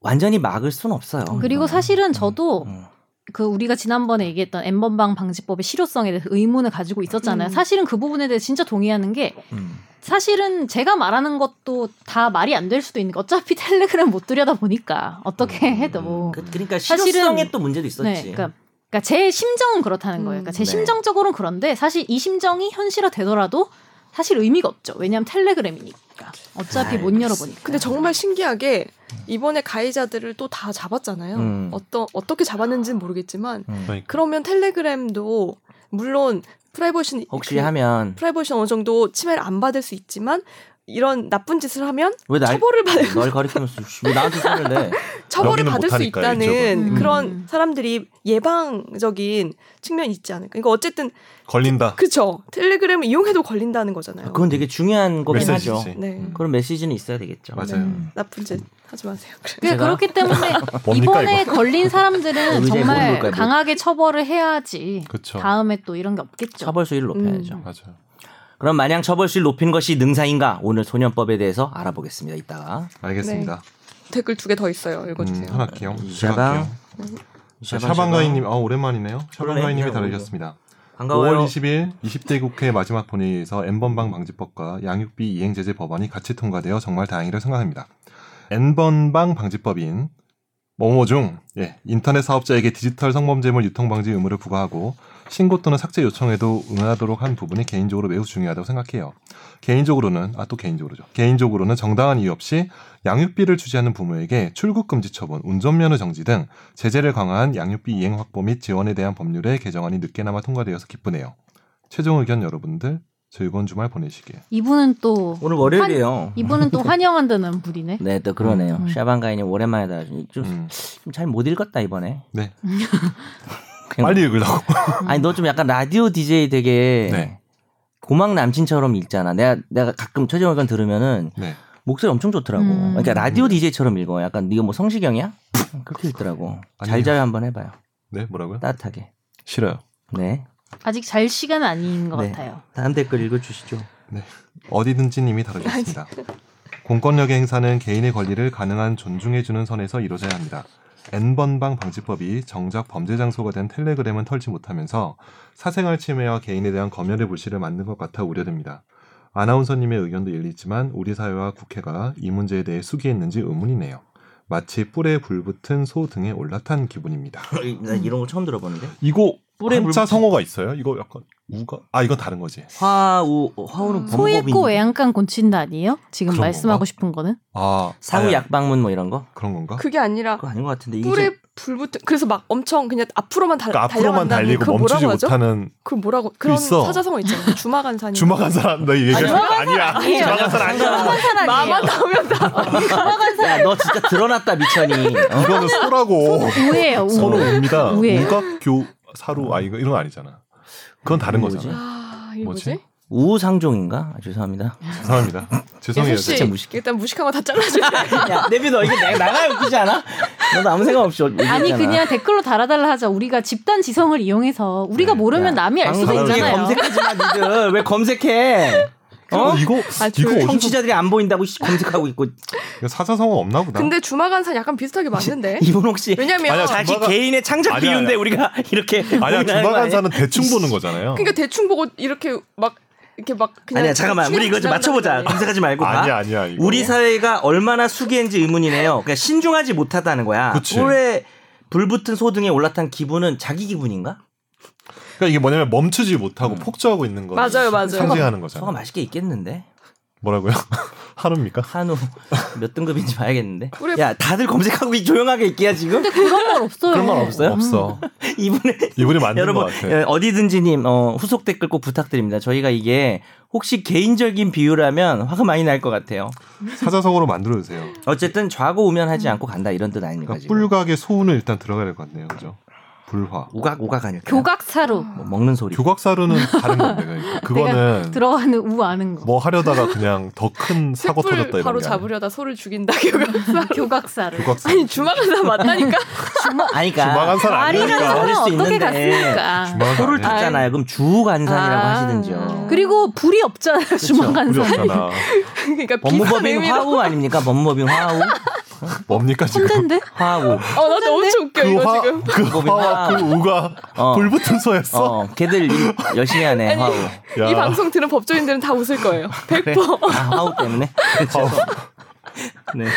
B: 완전히 막을 수는 없어요.
E: 음. 그리고
B: 이거는.
E: 사실은 저도
B: 음.
E: 그 우리가 지난번에 얘기했던 엠번방 방지법의 실효성에 대해서 의문을 가지고 있었잖아요.
A: 음.
E: 사실은 그 부분에 대해 진짜 동의하는 게
B: 음.
E: 사실은 제가 말하는 것도 다 말이 안 될 수도 있는 게 어차피 텔레그램 못 들여다 보니까 어떻게 해도
B: 그, 러니까
E: 사실은-
B: 실효성에 또 문제도 있었지.
E: 네, 그러니까, 그러니까 제 심정은 그렇다는 거예요. 그러니까 제
B: 음. 네.
E: 심정적으로는 그런데 사실 이 심정이 현실화 되더라도 사실 의미가 없죠. 왜냐하면 텔레그램이니까 어차피
B: 아,
E: 못 열어보니까.
A: 근데 정말 신기하게 이번에 가해자들을 또 다 잡았잖아요.
B: 음.
A: 어떤 어떻게 잡았는지는 모르겠지만
B: 음.
F: 그러니까
A: 그러면 텔레그램도 물론 프라이버시
B: 혹시
E: 그
B: 하면
A: 프라이버시 어느 정도 침해를 안 받을 수 있지만 이런 나쁜 짓을 하면
B: 왜 날,
A: 처벌을 받을
B: 널 가리키면서 씨, 왜 나한테 손을 내?
A: 처벌을
G: 여기는
A: 받을 수
G: 못하니까요,
A: 있다는
E: 이쪽은.
A: 그런
E: 음.
A: 사람들이 예방적인 측면이 있지 않을까. 그러니까 어쨌든
G: 걸린다.
A: 그쵸 텔레그램을 이용해도 걸린다는 거잖아요.
B: 그건 되게 중요한 거긴 하죠.
G: 메시지지.
A: 네.
G: 음.
B: 그런 메시지는 있어야 되겠죠.
C: 맞아요.
E: 음.
A: 나쁜 짓 하지 마세요.
E: 그-
B: 제가?
E: 그렇기 때문에
G: 뭡니까
E: 이번에
G: 이거?
E: 걸린 사람들은
B: 의자에 무릎
E: 정말
B: 꿇을까요?
E: 강하게 처벌을 해야지
C: 그렇죠.
E: 다음에 또 이런 게 없겠죠.
B: 처벌 수위를 높여야죠.
A: 음.
C: 맞아요.
B: 그럼 마냥 처벌 수위를 높인 것이 능사인가? 오늘 소년법에 대해서 알아보겠습니다. 이따가.
C: 알겠습니다.
E: 네.
A: 댓글 두 개 더 있어요. 읽어주세요.
C: 음, 하나 기용,
B: 이
C: 제가
B: 샤방.
C: 기용. 자, 샤방가이님, 아 오랜만이네요.
B: 그러네,
C: 샤방가이님이
B: 그냥
C: 다루셨습니다.
B: 반가워요.
C: 5월 20일 20대 국회 마지막 본회의에서 N번방 방지법과 양육비 이행제재 법안이 같이 통과되어 정말 다행이라 생각합니다. N번방 방지법인 뭐뭐 중 예, 인터넷 사업자에게 디지털 성범죄물 유통 방지 의무를 부과하고 신고 또는 삭제 요청에도 응하도록 한 부분이 개인적으로 매우 중요하다고 생각해요. 개인적으로는 아 또 개인적으로죠. 개인적으로는 정당한 이유 없이 양육비를 주지하는 부모에게 출국 금지 처분, 운전면허 정지 등 제재를 강화한 양육비 이행 확보 및 지원에 대한 법률의 개정안이 늦게나마 통과되어서 기쁘네요. 최종 의견 여러분들 즐거운 주말 보내시길.
E: 이분은 또
C: 음.
B: 오늘 월요일이에요.
E: 이분은 또 환영한다는 분이네.
B: 네, 또 그러네요.
E: 음, 음.
B: 샤방가이님 오랜만에 다시
C: 음,
B: 좀잘 못 읽었다 이번에.
C: 네.
B: 그냥-
G: 빨리 읽으려고.
E: 음.
B: 아니 너 좀 약간 라디오 DJ 되게
C: 네.
B: 고막 남친처럼 읽잖아. 내가 내가 가끔 최종 의견 들으면은
C: 네.
B: 목소리 엄청 좋더라고.
E: 음.
B: 그러니까 라디오 DJ처럼 읽어. 약간 네가 뭐 성시경이야? 그렇게 읽더라고. 잘
C: 음. 아니에요.
B: 자요 한번 해봐요.
C: 네, 뭐라고요?
B: 따뜻하게.
C: 싫어요.
B: 네.
E: 아직 잘 시간 아닌 것
B: 네.
E: 같아요.
B: 다음 댓글 읽어주시죠.
C: 어디든지 님이 다루셨습니다. 공권력의 행사는 개인의 권리를 가능한 존중해주는 선에서 이루어져야 합니다. N번방 방지법이 정작 범죄 장소가 된 텔레그램은 털지 못하면서 사생활 침해와 개인에 대한 검열의 불씨를 만든 것 같아 우려됩니다. 아나운서님의 의견도 일리지만 우리 사회와 국회가 이 문제에 대해 숙의했는지 의문이네요. 마치 뿔에 불붙은 소 등에 올라탄 기분입니다.
B: 나 이런 거 처음 들어보는데.
G: 이거
B: 뿔에
G: 한자
B: 물-
G: 성어가 있어요? 이거 약간 우가? 아 이건 다른 거지.
B: 화우 화우는
E: 음. 소 읽고
B: 범법인.
E: 외양간 고친다 아니에요? 지금
C: 그런
E: 말씀하고
C: 건가?
E: 싶은 거는?
C: 아
B: 사후
C: 아니,
B: 약방문 뭐 이런 거?
C: 그런 건가?
A: 그게 아니라
B: 그거 아닌 것 같은데 이게
A: 뿔에 불붙은 그래서 막 엄청 그냥 앞으로만 달
G: 그러니까 앞으로만
A: 달려간다는
G: 달리고
A: 그거
G: 멈추지
A: 뭐라고 하죠? 음.
G: 못하는
A: 그 뭐라고 그런
G: 있어.
A: 사자성어 있잖아요. 주마간산이
G: 주막한 사람 나 얘기할 거 아니야.
E: 아니에요.
G: 주막한 사람 아니야.
A: 마만 나오면 다
B: 야, 너 진짜 드러났다 미천이. 어?
G: 이거는 소라고.
E: 오해예요. 오해.
G: 서로 옵니다.
E: 우예요.
G: 우각교 사루 아 이거 이런 거 아니잖아. 그건 다른
B: 뭐지?
G: 거잖아.
A: 아, 이게 뭐지?
G: 뭐지?
B: 우상종인가? 아, 죄송합니다.
G: 죄송합니다. 죄송해요.
A: 예수
B: 진짜
A: 씨
B: 무식해.
A: 일단 무식한 거 다 잘라줘.
B: 야, 내비 너 이게 내 나가야 웃기지 않아? 너도 아무 생각 없이 얘기했잖아.
E: 아니 그냥 댓글로 달아달라 하자. 우리가 집단 지성을 이용해서 우리가
C: 네.
E: 모르면 남이 알 수도
B: 방송 중에
E: 있잖아요.
B: 검색하지 마, 니들. 왜 검색해? 어?
G: 이거
A: 아,
G: 이거
A: 저-
G: 어디서
B: 청취자들이 안 보인다고 씨, 검색하고 있고.
C: 이거 사자성어 없나 보다.
A: 근데 주마간산 약간 비슷하게 맞는데.
B: 이분 혹시
A: 왜냐면
G: 아니야,
B: 자기
G: 주마가-
B: 개인의 창작
G: 아니야,
B: 비유인데
G: 아니야.
B: 우리가 이렇게
G: 아니야
B: 고민하는 거 아니야?
G: 주막한사는 대충 보는 거잖아요.
A: 그러니까 대충 보고 이렇게 막 이렇게 막 그냥
B: 어. 아니야 잠깐만 우리 이거 좀 맞춰보자
A: 지나간다는 거 아니에요?
B: 검색하지 말고 봐.
G: 아니야 아니야 이거.
B: 우리 사회가 얼마나 수기인지 의문이네요. 그러니까 신중하지 못하다는 거야.
G: 그치.
B: 올해 불붙은 소등에 올라탄 기분은 자기 기분인가?
G: 그러니까 이게 뭐냐면 멈추지 못하고 폭주하고 있는 거.
A: 맞아요, 맞아요.
G: 상징하는
B: 소가
G: 거잖아.
B: 맛있게 있겠는데.
G: 뭐라고요?
C: 한우입니까?
B: 한우 몇 등급인지 봐야겠는데.
A: 그래.
B: 야 다들 검색하고 이- 조용하게 있기야 지금.
E: 근데 그런 말 없어요.
B: 그런 말 없어요?
C: 없어.
B: 이분의
C: 이분이 만든
B: 여러분
C: 것 같아.
B: 예, 어디든지님 어, 후속 댓글 꼭 부탁드립니다. 저희가 이게 혹시 개인적인 비유라면 화가 많이 날 것 같아요.
F: 사자성어로 만들어 주세요.
C: 그러니까
B: 어쨌든
E: 음.
B: 좌고우면하지 않고 간다 이런 뜻 아닙니까
F: 그러니까
B: 지금?
F: 뿔각의 소운은 일단 들어가야 될 것 같네요. 그죠? 불화.
B: 우각 우각 아닐까?
E: 교각사루
B: 뭐 먹는 소리.
F: 교각사루는
C: 다른 건데 그러니까. 그거는
E: 들어가는 우 아는 거.
C: 뭐 하려다가 그냥 더 큰 사고
A: 횃불
C: 터졌다 이런
A: 바로
C: 게 아니야.
A: 잡으려다 소를 죽인다 교각사.
E: 교각사루.
C: 교각사.
A: 아니 주막하다 맞다니까.
B: 아니 그러니까
C: 주망한 살
E: 말이라는
C: 아니니까.
B: 어릴
E: 사람
B: 수
E: 어떻게
B: 있는데. 예.
E: 갔습니까?
C: 주망한
B: 소를
C: 살 아니야.
B: 듣잖아요. 그럼 주간산이라고
A: 아.
B: 하시든지요.
E: 그리고 불이 없잖아요.
B: 그렇죠.
E: 주망간
C: 우리
E: 사.
C: 없잖아.
A: 그러니까 비슷한
B: 법무법인
A: 의미로.
B: 화우 아닙니까? 법무법인 화우?
C: 뭡니까 지금?
E: 혼잔데?
B: 화우.
A: 어나 너무 웃겨
C: 그
A: 이거
C: 화,
A: 지금.
C: 그 화와 그 우가
B: 어.
C: 불붙은 소였어.
B: 어, 걔들 일- 열심히 하네, 화우.
C: 야,
A: 이 방송 들은 법조인들은 다 웃을 거예요.
E: 뭐.
A: 100%.
B: 아, 화우 때문에? 그렇죠. 네.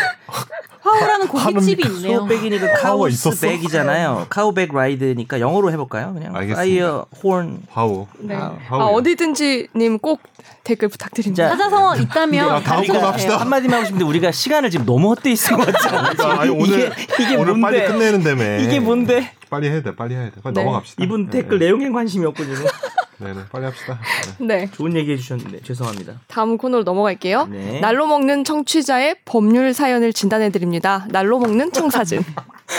E: 화우라는 고깃집이 있네요.
B: 소백이니까 그
C: 카우가
B: 카우스
C: 있었어?
B: 백이잖아요. 카우백 라이드니까 영어로 해볼까요? 그냥.
F: 알겠습니다.
B: 파이어 horn.
F: 화오.
A: 네.
F: 아,
A: 아,
F: 화오.
A: 어디든지님 꼭 댓글 부탁드립니다.
B: 진짜
E: 사자성어
B: 아,
E: 있다면
C: 아,
F: 다음
E: 보내주세요.
F: 걸로 합시다.
B: 그러니까 한마디만 하고 싶은데 우리가 시간을 지금 너무 헛되이 쓴것 같지 않아요?
C: 아, 아니, 오늘
B: 이게, 이게
C: 오늘
B: 뭔데?
C: 빨리 끝내는데며. 네.
B: 이게 뭔데?
F: 빨리 해야 돼. 빨리 해야 돼. 빨리
A: 네.
F: 넘어갑시다.
B: 이분
F: 네,
B: 댓글
F: 네.
B: 내용에 관심이 없군요.
F: 네, 네. 빨리 합시다. 네.
A: 네.
B: 좋은 얘기 해주셨는데 죄송합니다.
A: 다음 코너로 넘어갈게요.
B: 네.
A: 날로 먹는 청취자의 법률 사연을 진단해 드립니다. 날로 먹는 청사진.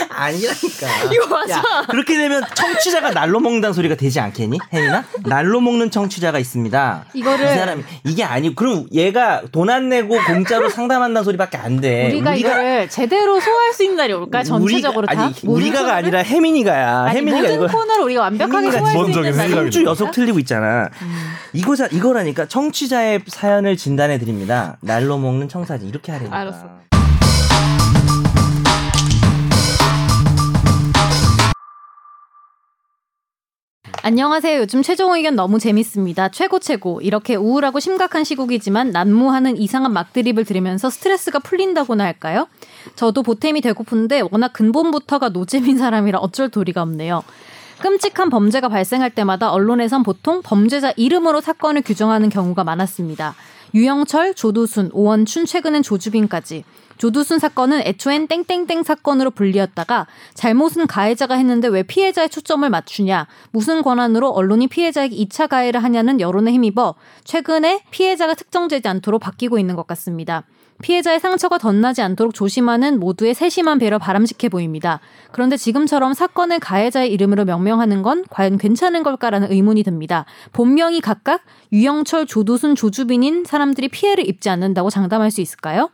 B: 아니라니까.
A: 이거 맞아.
B: 그렇게 되면 청취자가 날로 먹는다는 소리가 되지 않겠니? 혜민아? 날로 먹는 청취자가 있습니다.
E: 이거를
B: 이 사람이 이게 아니 그럼 얘가 돈 안 내고 공짜로 상담한다는 소리밖에 안 돼.
E: 네, 우리가, 이거를 제대로 소화할 수 있는 날이 올까? 전체적으로
B: 우리가,
E: 다?
B: 아니,
E: 모든
B: 우리가가
E: 코너를?
B: 아니라 혜민이가야.
E: 아니,
B: 혜민이가
E: 모든
B: 이걸
E: 코너를 우리가 완벽하게
B: 혜민이가
E: 소화할 수 있는 음.
C: 기본적인
E: 날이
C: 생각이
B: 한주
C: 아닙니까?
B: 녀석 틀리고 있잖아. 이거자 이거라니까 청취자의 사연을 진단해 드립니다. 날로 먹는 청사진 이렇게 하려니까.
A: 알았어.
E: 안녕하세요. 요즘 최종 의견 너무 재밌습니다. 최고 최고. 이렇게 우울하고 심각한 시국이지만 난무하는 이상한 막드립을 들으면서 스트레스가 풀린다고나 할까요? 저도 보탬이 되고픈데 워낙 근본부터가 노잼인 사람이라 어쩔 도리가 없네요. 끔찍한 범죄가 발생할 때마다 언론에선 보통 범죄자 이름으로 사건을 규정하는 경우가 많았습니다. 유영철, 조두순, 오원춘, 최근엔 조주빈까지. 조두순 사건은 애초엔 땡땡땡 사건으로 불리었다가 잘못은 가해자가 했는데 왜 피해자에 초점을 맞추냐, 무슨 권한으로 언론이 피해자에게 2차 가해를 하냐는 여론에 힘입어 최근에 피해자가 특정되지 않도록 바뀌고 있는 것 같습니다. 피해자의 상처가 덧나지 않도록 조심하는 모두의 세심한 배려 바람직해 보입니다. 그런데 지금처럼 사건을 가해자의 이름으로 명명하는 건 과연 괜찮은 걸까라는 의문이 듭니다. 본명이 각각 유영철, 조두순, 조주빈인 사람들이 피해를 입지 않는다고 장담할 수 있을까요?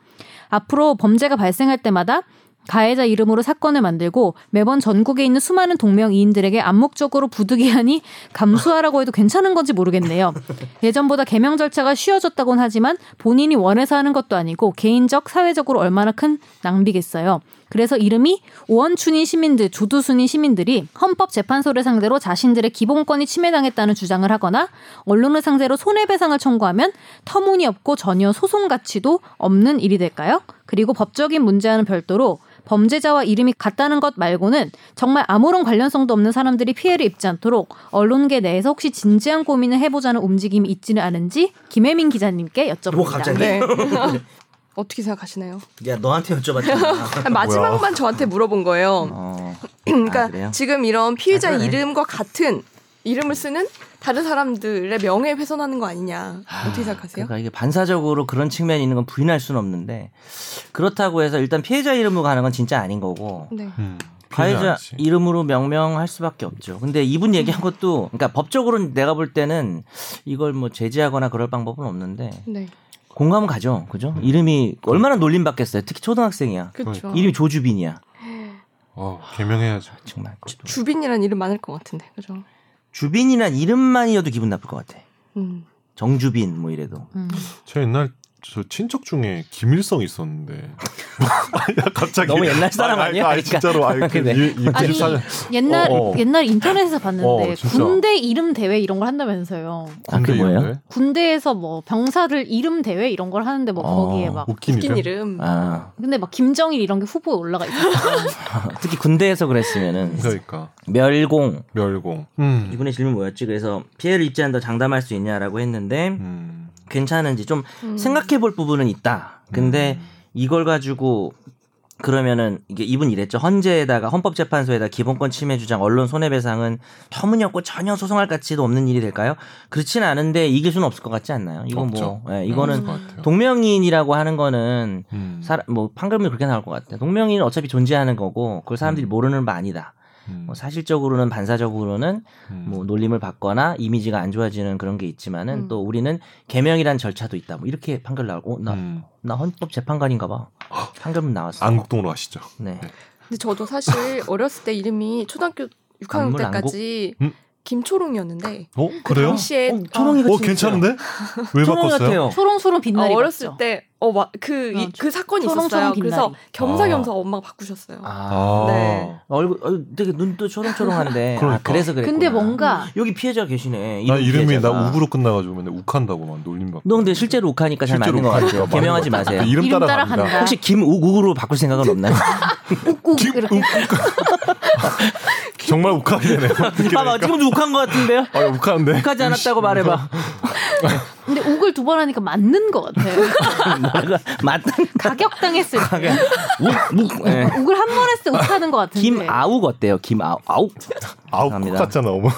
E: 앞으로 범죄가 발생할 때마다 가해자 이름으로 사건을 만들고 매번 전국에 있는 수많은 동명이인들에게 암묵적으로 부득이하니 감수하라고 해도 괜찮은 건지 모르겠네요. 예전보다 개명 절차가 쉬워졌다곤 하지만 본인이 원해서 하는 것도 아니고 개인적, 사회적으로 얼마나 큰 낭비겠어요. 그래서 이름이 오원춘인 시민들, 조두순인 시민들이 헌법재판소를 상대로 자신들의 기본권이 침해당했다는 주장을 하거나 언론을 상대로 손해배상을 청구하면 터무니없고 전혀 소송 가치도 없는 일이 될까요? 그리고 법적인 문제와는 별도로 범죄자와 이름이 같다는 것 말고는 정말 아무런 관련성도 없는 사람들이 피해를 입지 않도록 언론계 내에서 혹시 진지한 고민을 해보자는 움직임이 있지는 않은지 김혜민 기자님께 여쭤봅니다.
B: 뭐 갑자기?
A: 네. 어떻게 생각하시나요?
B: 야 너한테 여쭤봤잖아.
A: 마지막만 저한테 물어본 거예요.
B: 어.
A: 그러니까
B: 아, 그래요?
A: 지금 이런 피의자
B: 아, 그러네.
A: 이름과 같은 이름을 쓰는 다른 사람들의 명예 훼손하는 거 아니냐 어떻게 생각하세요?
B: 그러니까 이게 반사적으로 그런 측면이 있는 건 부인할 수는 없는데 그렇다고 해서 일단 피해자 이름으로 가는 건 진짜 아닌 거고
A: 네.
C: 음,
B: 가해자
C: 피해자지.
B: 이름으로 명명할 수밖에 없죠. 근데 이분 얘기한 것도 그러니까 법적으로는 내가 볼 때는 이걸 뭐 제재하거나 그럴 방법은 없는데
A: 네.
B: 공감은 가죠. 그죠? 이름이 얼마나 놀림 받겠어요. 특히 초등학생이야.
A: 그렇죠.
C: 그러니까
B: 이름이 조주빈이야.
F: 어, 개명해야죠.
B: 정말 그것도.
A: 주빈이란 이름 많을 것 같은데. 그죠?
B: 주빈이란 이름만이어도 기분 나쁠 것 같아.
A: 음.
B: 정주빈 뭐 이래도.
E: 음.
C: 저 옛날 저 친척 중에 김일성 있었는데. 아니, 나 갑자기
B: 너무 옛날 사람 아니야? 그러니까.
C: 아니, 진짜로 아니 그
B: 그래.
C: 유- 유-
E: 아니,
C: 94년
E: 옛날
C: 어, 어.
E: 옛날 인터넷에서 봤는데
C: 어, 진짜.
E: 군대 이름 대회 이런 걸 한다면서요.
B: 아, 그게 뭐예요?
C: 군대인데
E: 군대에서 뭐 병사들 이름 대회 이런 걸 하는데 뭐
B: 어,
E: 거기에 막
C: 웃긴
A: 웃긴
C: 이름.
A: 이름.
B: 아
E: 근데 막 김정일 이런 게 후보에 올라가 있었어요.
B: 특히 군대에서 그랬으면은
C: 그러니까
B: 멸공
C: 멸공. 음.
B: 이분의 질문 뭐였지? 그래서 피해를 입지 않는다 장담할 수 있냐라고 했는데
C: 음.
B: 괜찮은지 좀
A: 음.
B: 생각해 볼 부분은 있다. 근데
C: 음.
B: 이걸 가지고 그러면은 이게 이분 이랬죠. 헌재에다가 헌법재판소에다 기본권 침해 주장, 언론 손해배상은 터무니없고 전혀 소송할 가치도 없는 일이 될까요? 그렇진 않은데 이길 수는 없을 것 같지 않나요? 이건
C: 없죠.
B: 뭐 예, 이거는
C: 없을 음. 것 같아요.
B: 동명이인이라고 하는 거는
C: 음.
B: 사람 뭐 판결문이 그렇게 나올 것 같아요. 동명이인은 어차피 존재하는 거고 그걸 사람들이 모르는 바 아니다.
C: 음.
B: 뭐 사실적으로는 반사적으로는
C: 음.
B: 뭐 놀림을 받거나 이미지가 안 좋아지는 그런 게 있지만은
E: 음.
B: 또 우리는 개명이란 절차도 있다. 뭐 이렇게 판결 나오고 나 나
C: 음.
B: 헌법 재판관인가 봐. 판결문 나왔어.
C: 안국동으로 하시죠.
B: 네.
A: 근데 저도 사실 어렸을 때 이름이 초등학교 6학년
B: 안물 안곡?
A: 때까지
C: 음?
A: 김초롱이었는데
C: 어
A: 그
C: 그래요?
A: 당시에
B: 어, 초롱이
C: 어
B: 같이
C: 괜찮은데? 왜
B: 초롱이
C: 바꿨어요?
B: 같아요.
E: 소롱소롱
A: 어,
E: 빛나리
A: 어렸을
E: 맞죠?
A: 때어그그
B: 아,
E: 어,
A: 그 사건이
E: 초롱초롱
A: 있었어요. 그래서
E: 빛나리.
A: 겸사겸사 엄마가 바꾸셨어요.
B: 아,
C: 아.
A: 네.
B: 얼굴 어, 되게 눈도 초롱초롱한데 아,
C: 그러니까.
B: 그래서 그랬구나.
E: 근데 뭔가
B: 여기 피해자 계시네.
C: 나 이름이
B: 피해자가.
C: 나 우부로 끝나가지고 맨날 욱한다고 막 놀림 받고.
B: 너 근데 실제로 욱하니까 잘 맞는 것 같아요.
C: 욱하니까
B: 개명하지
C: 맞는 것
B: 마세요.
C: 같아요. 이름
E: 이름
C: 따라 간다.
E: 따라간다.
B: 혹시 김욱욱으로 바꿀 생각은 없나요?
E: 꾹꾹
C: 지금
E: 이렇게
C: 욱- 정말 욱하게 되네. 그러니까.
B: 봐봐 지금도 욱한 것 같은데요.
C: 아 욱하는데.
B: 욱하지 않았다고 말해봐.
E: 근데 욱을 두 번 하니까 맞는 것 같아요.
B: 뭐라고 맞다.
E: 가격당했을 때.
B: 욱욱. 예.
E: 욱을 한 번 했을 때 욱하는 것 같은데.
A: 네.
B: 김아욱 어때요? 김아욱. 아욱.
C: 아웃
B: 감사합니다.
C: 같잖아 어머.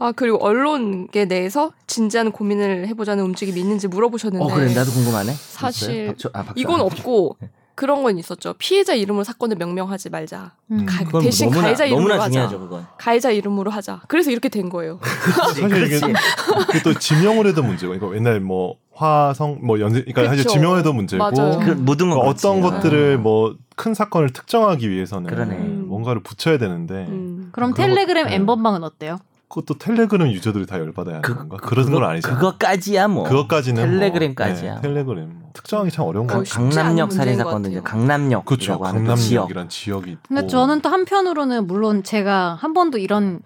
A: 아 그리고 언론계 내에서 진지한 고민을 해보자는 움직임이 있는지 물어보셨는데
B: 어 그래 나도 궁금하네.
A: 사실
B: 박초- 아, 박사.
A: 이건 없고 그런 건 있었죠. 피해자 이름으로 사건을 명명하지 말자.
E: 음.
A: 가-
B: 그건
A: 대신
B: 너무나,
A: 가해자 이름으로
B: 너무나
A: 하자.
B: 중요하죠 그건.
A: 가해자 이름으로 하자. 그래서 이렇게 된 거예요.
C: 사실 이게 그게 또 지명을 해도 문제고 이거 옛날 뭐 화성 뭐 연세 그러니까 사실
A: 그쵸.
C: 지명을 해도 문제고
A: 맞아요.
B: 그 묻은 거
C: 그러니까 어떤
B: 그렇지. 아.
A: 아.
C: 것들을 뭐 큰 사건을 특정하기 위해서는
B: 그러네.
A: 음.
C: 뭔가를
B: 네.
C: 붙여야 되는데
A: 음.
E: 그럼
C: 그런
E: 텔레그램
C: 것-
E: 엠번방은 어때요?
C: 그것도 텔레그램 유저들이 다 열받아야 하는
B: 그-
C: 건가? 그런
B: 그거-
C: 건 아니잖아.
B: 그거까지야 뭐.
C: 그것까지는 뭐,
B: 텔레그램까지야.
C: 네, 텔레그램 뭐. 특정하기 참 어려운 거
A: 그거
C: 같아요.
A: 쉽지 않은
B: 강남역 살인
A: 문제인 것
B: 사건도 이제
A: 같아요.
B: 강남역이라고
C: 그렇죠.
B: 하는 그 지역.
C: 강남역이란 지역이 있고.
E: 근데 저는 또 한편으로는 물론 제가 한 번도 이런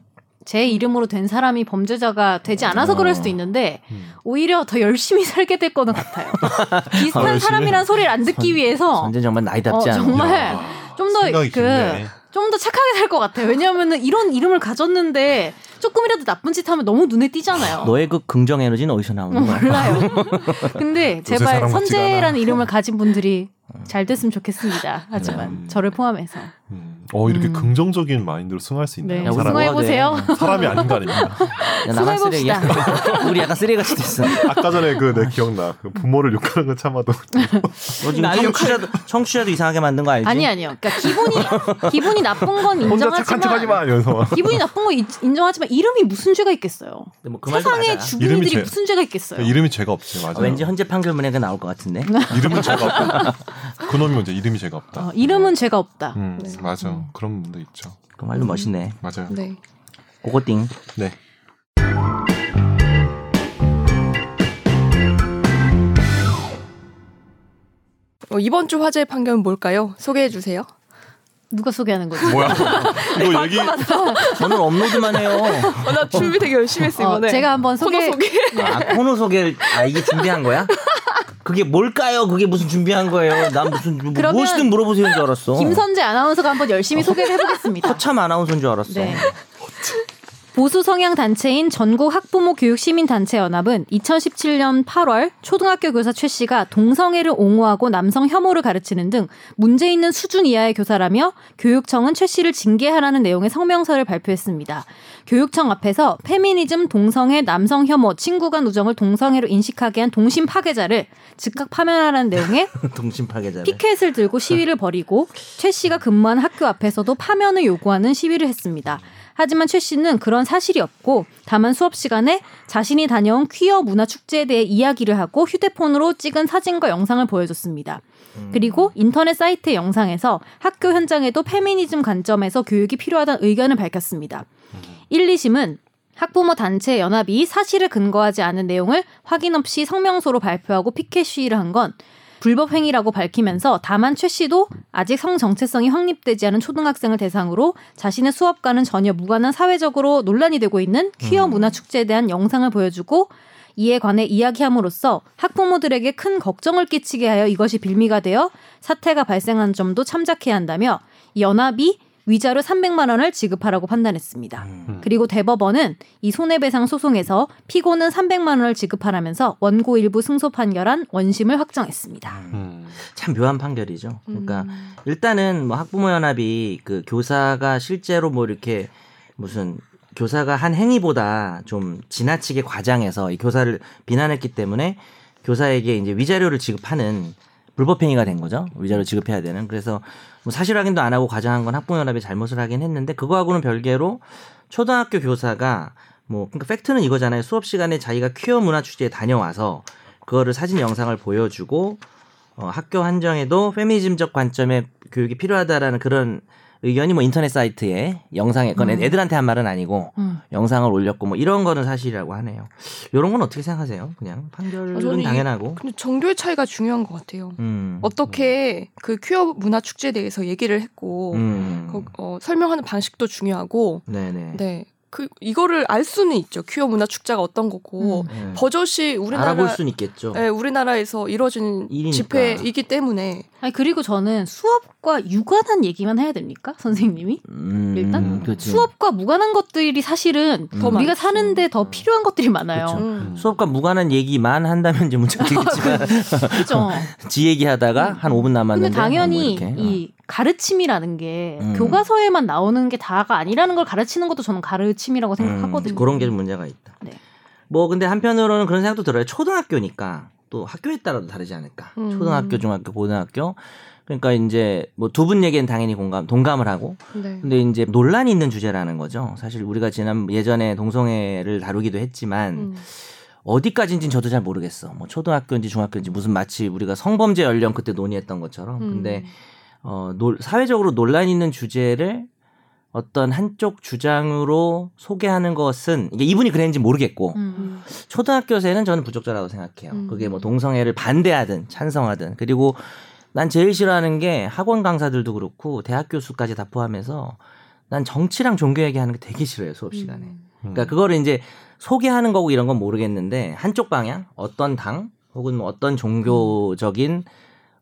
E: 제 이름으로 된 사람이 범죄자가 되지 않아서 그럴 수도 있는데
C: 음.
E: 오히려 더 열심히 살게 될 거는 같아요. 비슷한
C: 열심히.
E: 사람이란 소리를 안 듣기 위해서
B: 전제 정말 나이답지
E: 어,
B: 않아.
E: 정말.
C: 야,
E: 좀 더
C: 생각이
E: 그-
C: 깊네.
E: 좀 더 착하게 살 것 같아요. 왜냐하면 이런 이름을 가졌는데 조금이라도 나쁜 짓 하면 너무 눈에 띄잖아요.
B: 너의 그 긍정 에너지는 어디서 나오는 거야?
E: 몰라요. 근데 제발
C: 사람 같지가
E: 선재라는
C: 않아. 어.
E: 이름을 가진 분들이 잘 됐으면 좋겠습니다. 하지만
C: 음.
E: 저를 포함해서
C: 음. 어 이렇게
E: 음.
C: 긍정적인 마인드로 승할 수 있네요.
E: 네,
B: 야, 우리
C: 사람,
B: 뭐가
E: 우승해 보세요.
B: 돼?
C: 사람이 아닌 거 아닙니까?
B: 야, 나만 쓰레기야. 우리 약간 쓰레기같이 됐어.
C: 아까 전에 그 내 기억나. 그 부모를 욕하는 거 참아도
B: 너 지금 청취자도, 청취자도 이상하게 만든 거 알지?
E: 아니 아니요. 그러니까 기분이 기분이 나쁜 건
C: 혼자 착한 척하지
E: 인정하지만
C: 마 이러면서 막.
E: 기분이 나쁜 건 인- 인정하지만 이름이 무슨 죄가 있겠어요.
B: 근데 뭐그 말도
E: 세상에
B: 맞아.
E: 죽은
C: 이름이
E: 이들이
C: 죄-
E: 무슨 죄가 네. 있겠어요.
C: 이름이 죄가 없지 맞아.
B: 아, 왠지 헌재 판결문에 그 나올 것 같은데.
A: 네.
C: 이름은 죄가 없다. 그놈이 문제. 이름이 죄가 없다.
E: 어, 이름은 죄가 없다.
C: 음
A: 네.
C: 맞아. 그런 분도 있죠.
B: 그 말도 멋있네.
C: 맞아요.
A: 네.
B: 고고띵.
C: 네.
A: 어, 이번 주 화제의 판결은 뭘까요? 소개해 주세요.
E: 누가 소개하는 거죠?
C: 뭐야? 이거 얘기
B: 저는 업로드만 해요.
A: 어, 나 준비 되게 열심히 했어
E: 어,
A: 이번에.
E: 제가 한번
A: 아, 네. 코너
E: 소개
A: 소개.
B: 아, 코너 소개를, 아, 이게 준비한 거야? 그게 뭘까요? 그게 무슨 준비한 거예요? 난 무슨, 뭐,
E: 그러면
B: 무엇이든 물어보시는 줄 알았어.
E: 김선재 아나운서가 한번
C: 어.
E: 열심히 소개를 해보겠습니다.
B: 참 아나운서인 줄 알았어.
E: 네. 보수 성향 단체인 전국 학부모 교육 시민 단체 연합은 2017년 8월 초등학교 교사 최 씨가 동성애를 옹호하고 남성 혐오를 가르치는 등 문제 있는 수준 이하의 교사라며 교육청은 최 씨를 징계하라는 내용의 성명서를 발표했습니다. 교육청 앞에서 페미니즘, 동성애, 남성 혐오, 친구간 우정을 동성애로 인식하게 한 동심 파괴자를 즉각 파면하라는 내용의
B: 동심 파괴자.
E: 피켓을 들고 시위를 벌이고 최 씨가 근무한 학교 앞에서도 파면을 요구하는 시위를 했습니다. 하지만 최 씨는 그런 사실이 없고 다만 수업 시간에 자신이 다녀온 퀴어 문화 축제에 대해 이야기를 하고 휴대폰으로 찍은 사진과 영상을 보여줬습니다. 그리고 인터넷 사이트 영상에서 학교 현장에도 페미니즘 관점에서 교육이 필요하다는 의견을 밝혔습니다. 1, 2심은 학부모 단체 연합이 사실을 근거하지 않은 내용을 확인 없이 성명서로 발표하고 피켓 시위를 한 건 불법 행위라고 밝히면서 다만 최 씨도 아직 성 정체성이 확립되지 않은 초등학생을 대상으로 자신의 수업과는 전혀 무관한 사회적으로 논란이 되고 있는 퀴어 문화 축제에 대한 영상을 보여주고 이에 관해 이야기함으로써 학부모들에게 큰 걱정을 끼치게 하여 이것이 빌미가 되어 사태가 발생한 점도 참작해야 한다며 이 연합이 위자료 300만 원을 지급하라고 판단했습니다.
B: 음.
E: 그리고 대법원은 이 손해배상 소송에서 피고는 300만 원을 지급하라면서 원고 일부 승소 판결한 원심을 확정했습니다.
C: 음.
B: 참 묘한 판결이죠. 그러니까
A: 음.
B: 일단은 뭐 학부모 연합이 그 교사가 실제로 뭐 이렇게 무슨 교사가 한 행위보다 좀 지나치게 과장해서 이 교사를 비난했기 때문에 교사에게 이제 위자료를 지급하는 불법 행위가 된 거죠. 위자료 지급해야 되는. 그래서 뭐 사실 확인도 안 하고 과장한 건 학부모 연합이 잘못을 하긴 했는데 그거하고는 별개로 초등학교 교사가 뭐 그러니까 팩트는 이거잖아요. 수업 시간에 자기가 퀴어 문화 취재에 다녀와서 그거를 사진 영상을 보여주고 어, 학교 한정에도 페미니즘적 관점의 교육이 필요하다라는 그런 의견이 뭐 인터넷 사이트에 영상에 그건
E: 음.
B: 애들한테 한 말은 아니고
E: 음.
B: 영상을 올렸고 뭐 이런 거는 사실이라고 하네요. 이런 건 어떻게 생각하세요? 그냥
A: 어, 저는
B: 판결은
A: 이-
B: 당연하고.
A: 근데 정도의 차이가 중요한 것 같아요.
B: 음.
A: 어떻게 그 퀴어 문화 축제에 대해서 얘기를 했고
B: 음.
A: 거- 어, 설명하는 방식도 중요하고
B: 네네.
A: 네. 그 이거를 알 수는 있죠. 퀴어 문화 축제가 어떤 거고
E: 음.
B: 네.
A: 버젓이 우리나라
B: 알아볼 순 있겠죠.
A: 예, 우리나라에서 이루어지는
B: 일이니까.
A: 집회이기 때문에
E: 아니 그리고 저는 수업과 유관한 얘기만 해야 됩니까, 선생님이?
B: 음,
E: 일단
B: 그치.
E: 수업과 무관한 것들이 사실은
B: 음.
A: 더 많이
E: 우리가 사는데 더 필요한 것들이
B: 그쵸.
E: 많아요.
A: 음.
B: 수업과 무관한 얘기만 한다면 이제 문제가 되겠지만
E: 아, 그죠? 음.
B: 지 얘기하다가 한 5분 남았는데
E: 근데 당연히
B: 뭐 이렇게.
E: 이 가르침이라는 게
B: 음.
E: 교과서에만 나오는 게 다가 아니라는 걸 가르치는 것도 저는 가르침이라고
B: 음,
E: 생각하거든요.
B: 그런 게 좀 문제가 있다.
E: 네.
B: 뭐 근데 한편으로는 그런 생각도 들어요. 초등학교니까 또 학교에 따라도 다르지 않을까.
A: 음.
B: 초등학교, 중학교, 고등학교. 그러니까 이제 뭐 두 분 얘기는 당연히 공감, 동감을 하고.
A: 네.
B: 음. 근데 이제 논란이 있는 주제라는 거죠. 사실 우리가 지난 예전에 동성애를 다루기도 했지만
A: 음.
B: 어디까지인지는 저도 잘 모르겠어. 뭐 초등학교인지 중학교인지 무슨 마치 우리가 성범죄 연령 그때 논의했던 것처럼.
E: 음.
B: 근데 어, 논- 사회적으로 논란 있는 주제를 어떤 한쪽 주장으로 소개하는 것은 이게 이분이 그랬는지 모르겠고
E: 음.
A: 음.
B: 초등학교에서는 저는 부적절하다고 생각해요.
A: 음.
B: 그게 뭐 동성애를 반대하든 찬성하든 그리고 난 제일 싫어하는 게 학원 강사들도 그렇고 대학 교수까지 다 포함해서 난 정치랑 종교 얘기하는 게 되게 싫어요 수업 시간에.
C: 음.
B: 그러니까 그거를 이제 소개하는 거고 이런 건 모르겠는데 한쪽 방향 어떤 당 혹은 뭐 어떤 종교적인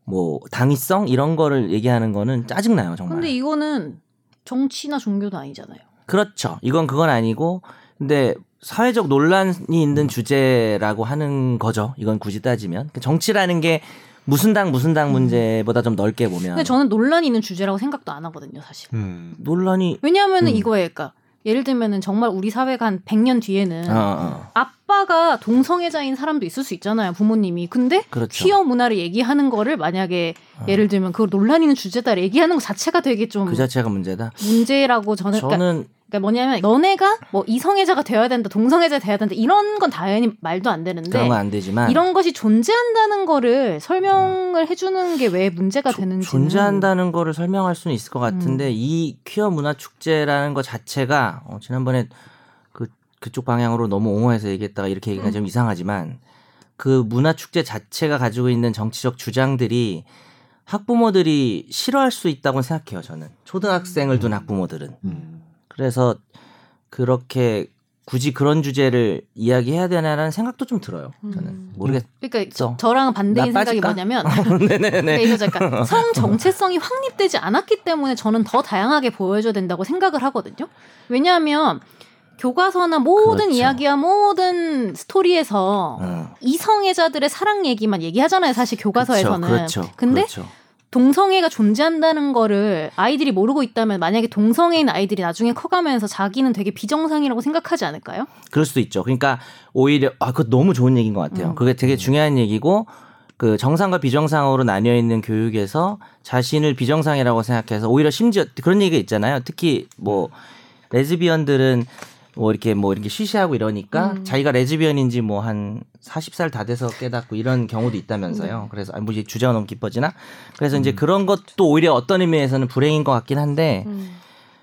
B: 뭐 당위성 이런 거를 얘기하는 거는 짜증 나요 정말.
E: 근데 이거는 정치나 종교도 아니잖아요.
B: 그렇죠. 이건 그건 아니고 근데 사회적 논란이 있는 주제라고 하는 거죠. 이건 굳이 따지면 그 정치라는 게 무슨 당 무슨 당 문제보다 좀 넓게 보면
E: 음. 근데 저는 논란이 있는 주제라고 생각도 안 하거든요, 사실.
C: 음.
B: 논란이
E: 왜냐하면
B: 음.
E: 이거에 그러니까 예를 들면은 정말 우리 사회가 한 100년 뒤에는
B: 어, 어.
E: 아빠가 동성애자인 사람도 있을 수 있잖아요, 부모님이. 근데
B: 그렇죠.
E: 퀴어 문화를 얘기하는 거를 만약에
B: 어.
E: 예를 들면 그 논란 있는 주제다 얘기하는 것 자체가 되게 좀
B: 그 자체가 문제다.
E: 문제라고 저는 어, 그러니까
B: 저는
E: 그러니까 뭐냐면 너네가 뭐 이성애자가 되어야 된다, 동성애자 돼야 된다 이런 건 당연히 말도 안 되는데
B: 그런 건 안 되지만
E: 이런 것이 존재한다는 거를 설명을 해주는 게 왜 문제가 되는지 음.
B: 존재한다는 거를 설명할 수는 있을 것 같은데 이 퀴어 문화 축제라는 것 자체가 어, 지난번에 그 그쪽 방향으로 너무 옹호해서 얘기했다가 이렇게
E: 음.
B: 얘기가 좀 이상하지만 그 문화 축제 자체가 가지고 있는 정치적 주장들이 학부모들이 싫어할 수 있다고 생각해요. 저는 초등학생을 둔 학부모들은
C: 음.
B: 그래서 그렇게 굳이 그런 주제를 이야기해야 되나라는 생각도 좀 들어요. 저는
A: 음.
B: 모르겠어.
E: 그러니까 저랑 반대인
B: 나
E: 생각이
B: 빠질까? 아,
E: 뭐냐면
B: 네네네.
E: 그래서 약간 성 정체성이 확립되지 않았기 때문에 저는 더 다양하게 보여줘야 된다고 생각을 하거든요. 왜냐하면 교과서나 모든
B: 그렇죠.
E: 이야기와 모든 스토리에서
B: 어.
E: 이성애자들의 사랑 얘기만 얘기하잖아요. 사실 교과서에서는.
B: 그렇죠. 그렇죠.
E: 근데
B: 그렇죠.
E: 동성애가 존재한다는 거를 아이들이 모르고 있다면 만약에 동성애인 아이들이 나중에 커가면서 자기는 되게 비정상이라고 생각하지 않을까요?
B: 그럴 수도 있죠. 그러니까 오히려 아 그거 너무 좋은 얘기인 것 같아요.
E: 음.
B: 그게 되게 중요한 얘기고 그 정상과 비정상으로 나뉘어 있는 교육에서 자신을 비정상이라고 생각해서 오히려 심지어 그런 얘기가 있잖아요. 특히 뭐 레즈비언들은 뭐 이렇게 뭐 이렇게 쉬쉬하고 이러니까
A: 음.
B: 자기가 레즈비언인지 뭐 한 40살 다 돼서 깨닫고 이런 경우도 있다면서요.
E: 음.
B: 그래서 아니 뭐 이제 주제가 너무 기뻐지나? 그래서 이제 그런 것도 오히려 어떤 의미에서는 불행인 것 같긴 한데
A: 음.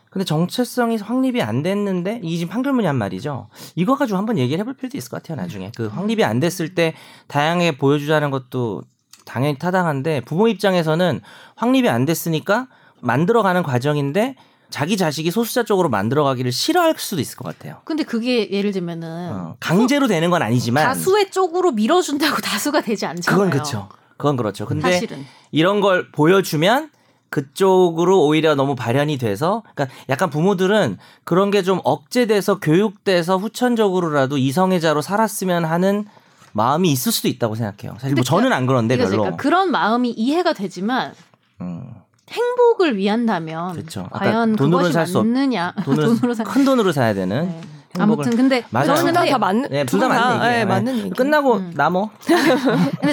B: 근데 정체성이 확립이 안 됐는데 이 지금 판결문이 한 말이죠. 이거 가지고 한번 얘기를 해볼 필요도 있을 것 같아요. 나중에 그 확립이 안 됐을 때 다양하게 보여주자는 것도 당연히 타당한데 부모 입장에서는 확립이 안 됐으니까 만들어가는 과정인데 자기 자식이 소수자 쪽으로 만들어가기를 싫어할 수도 있을 것 같아요.
E: 근데 그게 예를 들면은
B: 어, 강제로 되는 건 아니지만
E: 다수의 쪽으로 밀어준다고 다수가 되지 않잖아요.
B: 그건 그렇죠. 그건 그렇죠. 근데
E: 사실은
B: 이런 걸 보여주면 그쪽으로 오히려 너무 발현이 돼서 그러니까 약간 부모들은 그런 게 좀 억제돼서 교육돼서 후천적으로라도 이성애자로 살았으면 하는 마음이 있을 수도 있다고 생각해요. 사실 뭐
E: 근데
B: 저는 안 그런데
E: 이거지.
B: 별로.
E: 그러니까 그런 마음이 이해가 되지만
B: 음,
E: 행복을 위한다면
B: 그렇죠. 아까
E: 과연
B: 돈으로는
E: 그것이
B: 살수 없-
E: 맞느냐?
B: 돈을
E: 살.
B: 큰 돈으로 사야 되는.
E: 네.
B: 행복을-
E: 아무튼 근데
B: 맞아요.
E: 저는
A: 둘다다
E: 근데-
A: 맞는
B: 네, 둘다
A: 두분
B: 맞는
A: 다,
B: 얘기예요.
A: 예,
B: 네.
A: 맞는 얘기.
B: 끝나고 뭐?
E: 음.
B: 남어.
E: 근데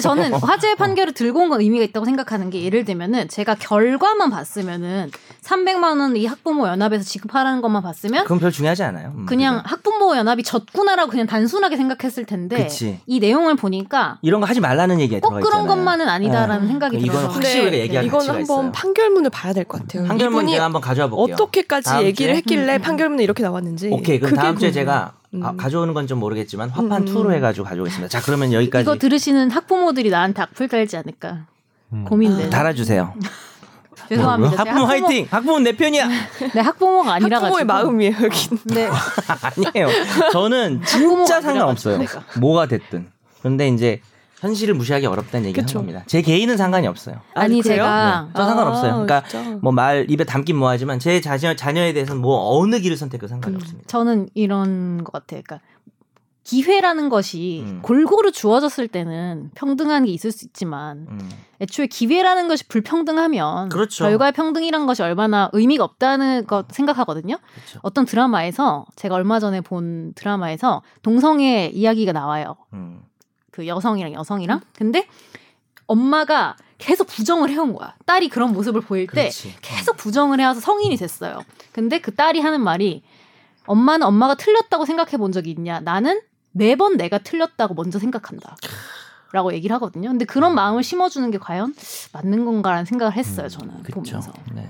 E: 저는
B: 어.
E: 화제의 판결을 들고 온 건 의미가 있다고 생각하는 게 예를 들면은 제가 결과만 봤으면은 300만 원 이 학부모 연합에서 지급하라는 것만 봤으면
B: 그건 별 중요하지 않아요. 음,
E: 그냥 학부모 연합이 졌구나라고 그냥 단순하게 생각했을 텐데
B: 그치.
E: 이 내용을 보니까
B: 이런 거 하지 말라는 얘기가
E: 꼭
B: 들어가 있잖아요.
E: 그런 것만은 아니다라는
B: 네.
E: 생각이
B: 이건
E: 들어서
B: 확실히 우리가 얘기할
A: 이건
B: 가치가
A: 한번
B: 있어요.
A: 판결문을 봐야 될 것 같아요.
B: 판결문
A: 이분이
B: 제가 한번 가져와 볼게요.
A: 어떻게까지
B: 다음
A: 얘기를
B: 주에?
A: 했길래 판결문에 이렇게 나왔는지.
B: 오케이 그럼
A: 그게
B: 다음 주에
A: 궁금해요.
B: 제가 아,
A: 음.
B: 가져오는 건 좀 모르겠지만 화판
A: 음.
B: 투로 해가지고 가져오겠습니다. 자 그러면 여기까지
E: 이거 들으시는 학부모들이 나한테 악플 달지 않을까
C: 음.
E: 고민돼.
B: 달아주세요.
E: 죄송합니다. 제가
B: 학부모 화이팅. 학부모 내 편이야.
E: 네 학부모가 아니라
A: 학부모의
E: 가지고.
A: 마음이에요, 여긴.
E: 네.
B: 아, 아니에요. 저는 진짜
E: 부모가
B: 상관없어요.
E: 내가.
B: 뭐가 됐든. 그런데 이제 현실을 무시하기 어렵다는 얘기를
A: 그쵸.
B: 한 겁니다. 제 개인은 상관이 없어요. 네.
E: 아니
A: 아, 그래요?
E: 제가
B: 저 상관없어요.
A: 아,
B: 그러니까
A: 진짜.
B: 뭐 말 입에 담긴 뭐하지만 제 자녀 자녀에 대해서는 뭐 어느 길을 선택해도 상관이 없습니다.
E: 음, 저는 이런 것 같아요. 그러니까 기회라는 것이
B: 음.
E: 골고루 주어졌을 때는 평등한 게 있을 수 있지만
B: 음.
E: 애초에 기회라는 것이 불평등하면
B: 그렇죠.
E: 결과의 평등이란 것이 얼마나 의미가 없다는 것 생각하거든요.
B: 그렇죠.
E: 어떤 드라마에서 제가 얼마 전에 본 드라마에서 동성애 이야기가 나와요.
B: 음.
E: 그 여성이랑 여성이랑 근데 엄마가 계속 부정을 해온 거야. 딸이 그런 모습을 보일 때
B: 그렇지.
E: 계속 부정을 해와서 성인이 됐어요. 근데 그 딸이 하는 말이 엄마는 엄마가 틀렸다고 생각해 본 적이 있냐? 나는 매번 내가 틀렸다고 먼저 생각한다. 라고 얘기를 하거든요. 근데 그런 마음을 심어주는 게 과연 맞는 건가라는 생각을 했어요. 저는
B: 그렇죠.
E: 보면서.
B: 네.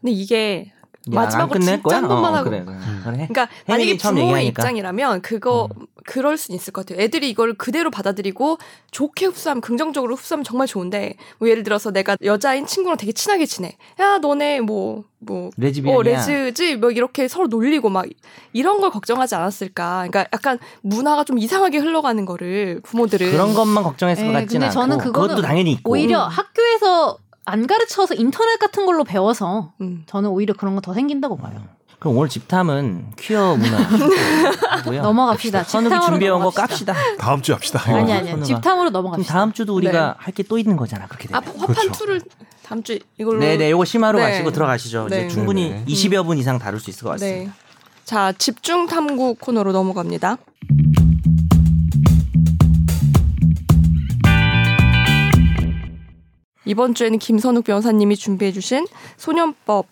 A: 근데 이게
B: 야, 안
A: 마지막으로
B: 끝낼
A: 진짜 한 번만
B: 어,
A: 하고.
B: 그래, 그래. 그래. 해.
A: 그러니까
B: 혜민이
A: 만약에
B: 처음
A: 부모의
B: 얘기하니까. 어.
A: 입장이라면 그거 그럴 수 있을 것 같아요. 애들이 이걸 그대로 받아들이고 좋게 흡수하면 긍정적으로 흡수하면 정말 좋은데 뭐 예를 들어서 내가 여자인 친구랑 되게 친하게 지내. 야 너네 뭐뭐
B: 레즈비언이야.
A: 어, 레즈지? 뭐 이렇게 서로 놀리고 막 이런 걸 걱정하지 않았을까. 그러니까 약간 문화가 좀 이상하게 흘러가는 거를 부모들은.
B: 그런 것만 걱정했을 것
E: 예,
B: 같지는
E: 근데
B: 않고
E: 저는 그거는
B: 그것도 당연히 있고
E: 오히려 학교에서 안 가르쳐서 인터넷 같은 걸로 배워서
A: 음.
E: 저는 오히려 그런 거 더 생긴다고 봐요.
B: 그럼 오늘 집탐은 퀴어 문화고요.
E: 네. 넘어갑시다.
B: 선욱이
E: 집탐으로
B: 준비해온 거
E: 넘어갑시다.
B: 깝시다.
C: 다음 주에 합시다.
B: 어.
E: 아니 아니
B: 선우가.
E: 집탐으로
B: 그럼
E: 넘어갑시다. 네.
B: 다음 주도 우리가 할 게 또 있는 거잖아. 그렇게
A: 아
B: 되면.
A: 화판
C: 그렇죠.
A: 투를 다음 주에 이걸로.
B: 네네, 요거 심화로
A: 네.
B: 가시고 들어가시죠.
A: 네.
B: 이제 충분히
C: 네네.
B: 20여 분 이상 다룰 수 있을 것
A: 네.
B: 같습니다.
A: 자 집중 탐구 코너로 넘어갑니다. 이번 주에는 김선욱 변호사님이 준비해주신 소년법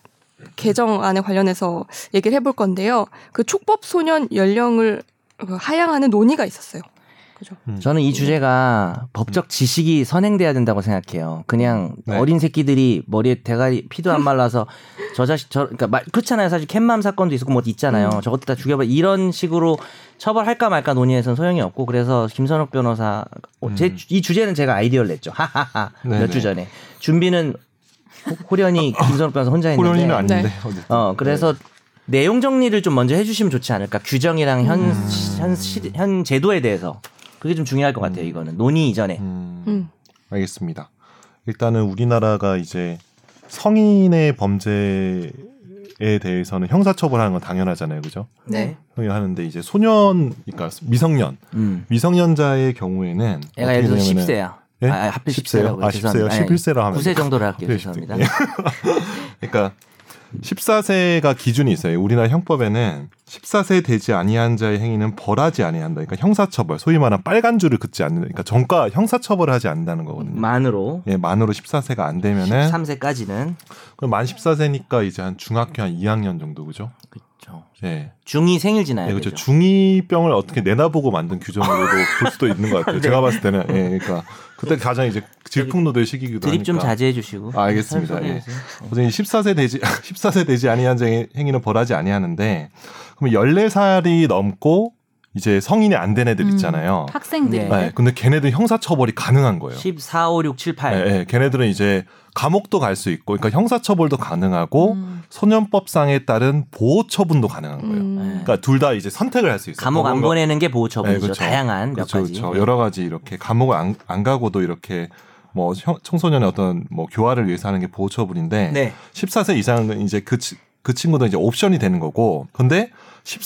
A: 개정안에 관련해서 얘기를 해볼 건데요. 그 촉법 소년 연령을 그 하향하는 논의가 있었어요. 그죠?
C: 음.
B: 저는 이 주제가 법적 지식이 선행돼야 된다고 생각해요. 그냥
C: 네.
B: 어린 새끼들이 머리에 대가리 피도 안 말라서 저 자식 저 그러니까 말- 그렇잖아요. 사실 캣맘 사건도 있었고 뭐 있잖아요.
C: 음.
B: 저것도 다 죽여봐 이런 식으로 처벌할까 말까 논의에선 소용이 없고 그래서 김선욱 변호사 어, 제, 주- 이 주제는 제가 아이디어를 냈죠. 하하하 몇
C: 음. 네네.
B: 주 전에 준비는 호- 호련이 김선욱 변호사 혼자 했는데
C: 호련이는 아닌데.
A: 네.
C: 어쨌든.
B: 어 그래서 내용 정리를 좀 먼저 해주시면 좋지 않을까 규정이랑 현 현
C: 음.
B: 시- 현 제도에 대해서 그게 좀 중요할 것 같아요 이거는 논의 이전에
C: 음,
A: 음.
C: 알겠습니다. 일단은 우리나라가 이제 성인의 범죄에 대해서는 형사처벌하는 건 당연하잖아요, 그죠?
A: 네.
C: 하는데 이제 소년, 그러니까 미성년,
B: 음
C: 미성년자의 경우에는
B: 애가 예를 들어 10세야
C: 예?
B: 아, 아, 하필
C: 10세 요?
B: 10세라고
C: 아, 10세 요? 11세 라 하면
B: 9세 정도로 할게요
C: 네,
B: 죄송합니다
C: 예. 그러니까 14세가 기준이 있어요. 우리나라 형법에는 14세 되지 아니한 자의 행위는 벌하지 아니한다. 그러니까 형사처벌, 소위 말하는 빨간 줄을 긋지 않는, 그러니까 정가 형사처벌을 하지 않는다는 거거든요.
B: 만으로
C: 예, 만으로 14세가 안 되면은
B: 13세까지는
C: 그럼 만 14세니까 이제 한 중학교 한 2학년 정도 그죠?
B: 그렇죠
C: 예.
B: 중이 생일 지나야
C: 예, 그렇죠.
B: 되죠
C: 중2병을 어떻게 내다보고 만든 규정으로도 볼 수도 있는 것 같아요.
B: 네.
C: 제가 봤을 때는 예, 그러니까 그때 가장 이제 질풍노도의 시기기도
B: 드립
C: 하니까.
B: 좀 자제해 주시고
C: 아, 알겠습니다.
B: 설명해
C: 예.
B: 주세요.
C: 어쨌든 14세 되지 14세 되지 아니한 자 행위는 벌하지 아니하는데 그럼 14살이 넘고 이제 성인이 안 된 애들
E: 음.
C: 있잖아요.
E: 학생들이
B: 네.
C: 예, 근데 걔네들 형사 처벌이 가능한 거예요.
B: 14, 5, 6, 7, 8
C: 예, 예, 걔네들은 이제 감옥도 갈 수 있고 그러니까 형사 처벌도 가능하고
B: 음.
E: 음,
C: 소년법상에 따른 보호 처분도 가능한 거예요.
B: 네.
A: 음.
C: 그러니까 둘 다 이제 선택을 할 수 있어요.
B: 감옥 안
C: 뭔가-
B: 보내는 게 보호 처분이죠
C: 네, 그렇죠.
B: 다양한 몇
C: 그렇죠,
B: 가지
C: 그렇죠. 여러 가지 이렇게 감옥을 안, 안 가고도 이렇게 뭐 형- 청소년의 어떤 뭐 교화를 위해서 하는 게 보호 처분인데
B: 네.
C: 14세 이상은 이제 그, 치- 그 친구도 이제 옵션이 되는 거고. 근데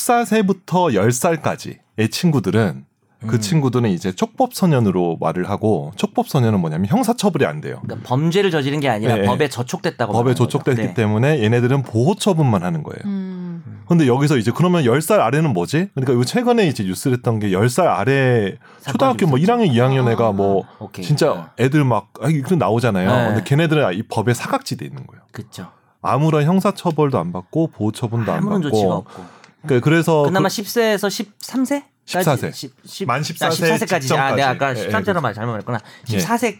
C: 14세부터 10살까지의 친구들은 그
B: 음.
C: 친구들은 이제 촉법소년으로 말을 하고 촉법소년은 뭐냐면 형사처벌이 안 돼요.
B: 그러니까 범죄를 저지른 게 아니라
C: 네.
B: 법에 저촉됐다고
C: 법에
B: 말하는 거죠.
C: 저촉됐기
B: 네.
C: 때문에 얘네들은 보호처분만 하는 거예요.
E: 음.
C: 근데 여기서 이제 그러면 10살 아래는 뭐지? 그러니까 이거 최근에 이제 뉴스를 했던 게 10살 아래
B: 사건
C: 초등학교 뭐
B: 있었죠. 아,
C: 1학년, 2학년 애가 뭐
B: 오케이.
C: 진짜 애들 막 아, 이렇게 나오잖아요.
B: 네.
C: 근데 걔네들은 이 법의 사각지대에 있는 거예요.
B: 그렇죠.
C: 아무런 형사 처벌도 안 받고 보호 처분도 안
B: 아무런 조치가
C: 받고.
B: 없고.
C: 그 그래서
B: 그나마
C: 그-
B: 10세에서 13세?
C: 14세. 만 14세
B: 14세까지. 아, 내가 아까
C: 직전까지.
B: 13세로 말 잘못 말했구나.
C: 예.
B: 14세.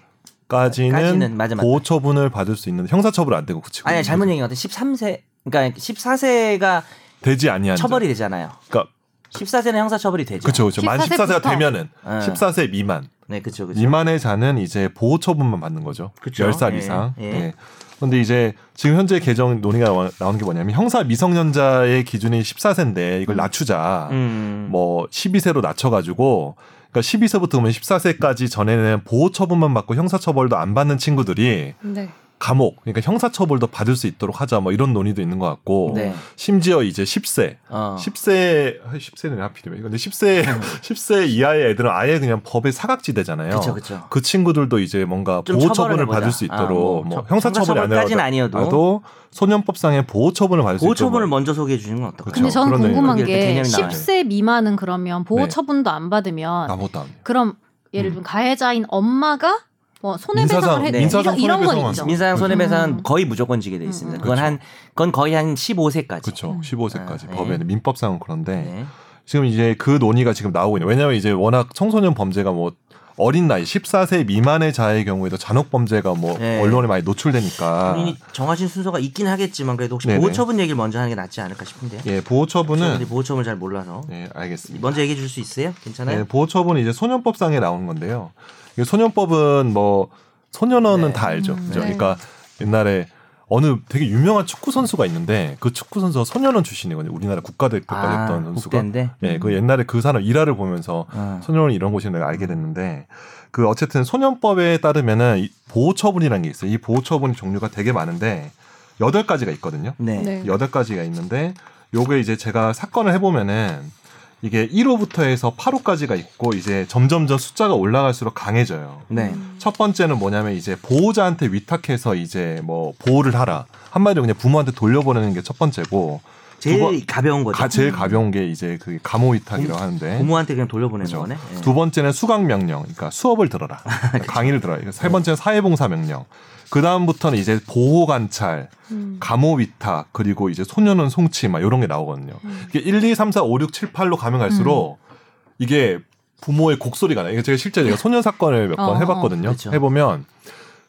B: 까지는
C: 까지는
B: 맞아, 맞아.
C: 보호 처분을 받을 수 있는 형사 처벌 안 되고 그 친구
B: 아니, 잘못 얘기한 것 같아. 13세. 그러니까 14세가
C: 되지 아니한 자.
B: 처벌이 되잖아요.
C: 그러니까
B: 14세는 형사 처벌이 되죠.
C: 그렇죠 그렇죠 만
E: 14세부터
C: 14세가 되면은
B: 예.
C: 14세 미만
B: 네, 그렇죠. 그렇죠.
C: 미만의 자는 이제 보호 처분만 받는 거죠.
B: 그쵸.
C: 10살
B: 예,
C: 이상.
B: 예.
C: 예. 근데 이제 지금 현재 개정 논의가 와- 나오는 게 뭐냐면 형사 미성년자의 기준이 14세인데 이걸 낮추자.
B: 음.
C: 뭐 12세로 낮춰가지고 그러니까 12세부터 보면 14세까지 전에는 보호 처분만 받고 형사 처벌도 안 받는 친구들이
B: 그러니까
A: 네.
C: 감옥 그러니까 형사 처벌도 받을 수 있도록 하자 뭐 이런 논의도 있는 것 같고
B: 네.
C: 심지어 이제 10세
B: 어. 음.
C: 10세 10세는 하필이면 근데 10세 10세 이하의 애들은 아예 그냥 법의 사각지대잖아요.
B: 그렇죠. 그렇죠.
C: 그 친구들도 이제 뭔가
B: 좀
C: 보호
B: 처벌을
C: 처분을
B: 해보자.
C: 받을 수 있도록
B: 아, 뭐
C: 뭐,
B: 처-
C: 형사 처벌이
B: 형사처벌까지는 아니어도.
C: 아니어도 소년법상의 보호 처분을 받을 수
B: 보호
C: 있도록
B: 처분을 뭐 먼저 소개해 주는 건 어떨까요?
C: 그쵸.
E: 근데 저는
C: 그런
E: 궁금한
B: 의견이
E: 게
B: 개념이 나와요.
E: 10세 미만은 그러면 보호
C: 네.
E: 처분도 안 받으면
C: 아무것도 안 해요.
E: 그럼 예를 들면 가해자인 엄마가 뭐 손해배상을
C: 민사상-
E: 했
B: 네.
E: 이런,
C: 민사상
E: 이런 건
C: 손해배상은
E: 있죠.
B: 민사상 손해배상은
E: 음.
B: 거의 무조건 지게 돼 있습니다.
E: 음, 음.
B: 그건
C: 그쵸.
B: 한, 그건 거의 한 15세까지.
C: 그렇죠. 15세까지
B: 아, 네.
C: 법에는 민법상은 그런데
B: 네.
C: 지금 이제 그 논의가 지금 나오고 있는. 왜냐하면 이제 워낙 청소년 범죄가 뭐 어린 나이 14세 미만의 자의 경우에도 잔혹 범죄가 뭐
B: 네.
C: 언론에 많이 노출되니까
B: 본인이 정하신 순서가 있긴 하겠지만 그래도 혹시
C: 아. 네네.
B: 보호처분 얘기를 먼저 하는 게 낫지 않을까 싶은데요.
C: 예 보호
B: 저분들이
C: 처분은
B: 보호처분을 잘 몰라서
C: 예 알겠습니다.
B: 먼저 얘기해 줄 수 있어요? 괜찮아요?
C: 네, 보호 처분은 이제 소년법상에 나온 건데요. 이게 소년법은 뭐 소년원은
B: 네.
C: 다 알죠.
E: 음,
C: 그죠?
E: 네.
C: 그러니까 옛날에 어느 되게 유명한 축구 선수가 있는데 그 축구 선수가 소년원 출신이거든요. 우리나라 국가대표까지 했던 선수가.
B: 아, 국대인데. 네.
C: 예, 그 옛날에 그 사람 일화를 보면서
B: 아.
C: 소년원 이런 곳이 내가 알게 됐는데 그 어쨌든 소년법에 따르면은 이 보호처분이라는 게 있어요. 이 보호처분이 종류가 되게 많은데 여덟 가지가 있거든요.
B: 네.
A: 네.
C: 여덟 가지가 있는데 요게 이제 제가 사건을 해보면은 이게 1호부터 해서 8호까지가 있고 이제 점점점 숫자가 올라갈수록 강해져요.
B: 네.
E: 음.
C: 첫 번째는 뭐냐면 이제 보호자한테 위탁해서 이제 뭐 보호를 하라 한마디로 그냥 부모한테 돌려보내는 게 첫 번째고
B: 제일
C: 두 번-
B: 가벼운 거죠.
C: 가, 제일 가벼운 게 이제 그 감호 위탁이라고 하는데
B: 부모한테 그냥 돌려보내는
C: 그죠.
B: 거네. 예.
C: 그렇죠. 음. 두 번째는 수강 명령, 그러니까 수업을 들어라,
B: 그렇죠.
C: 강의를 들어라. 그러니까 세 번째는 사회봉사 명령. 그 다음부터는 이제 보호 관찰,
E: 음.
C: 감호 위탁, 그리고 이제 소년원 송치 막 이런 게 나오거든요.
E: 음.
C: 이게 1, 2, 3, 4, 5, 6, 7, 8로 가면 갈수록 이게 부모의 곡소리가 나요. 이게 제가 실제 제가 소년 사건을 몇 번
E: 어,
C: 해봤거든요.
B: 그렇죠.
C: 해보면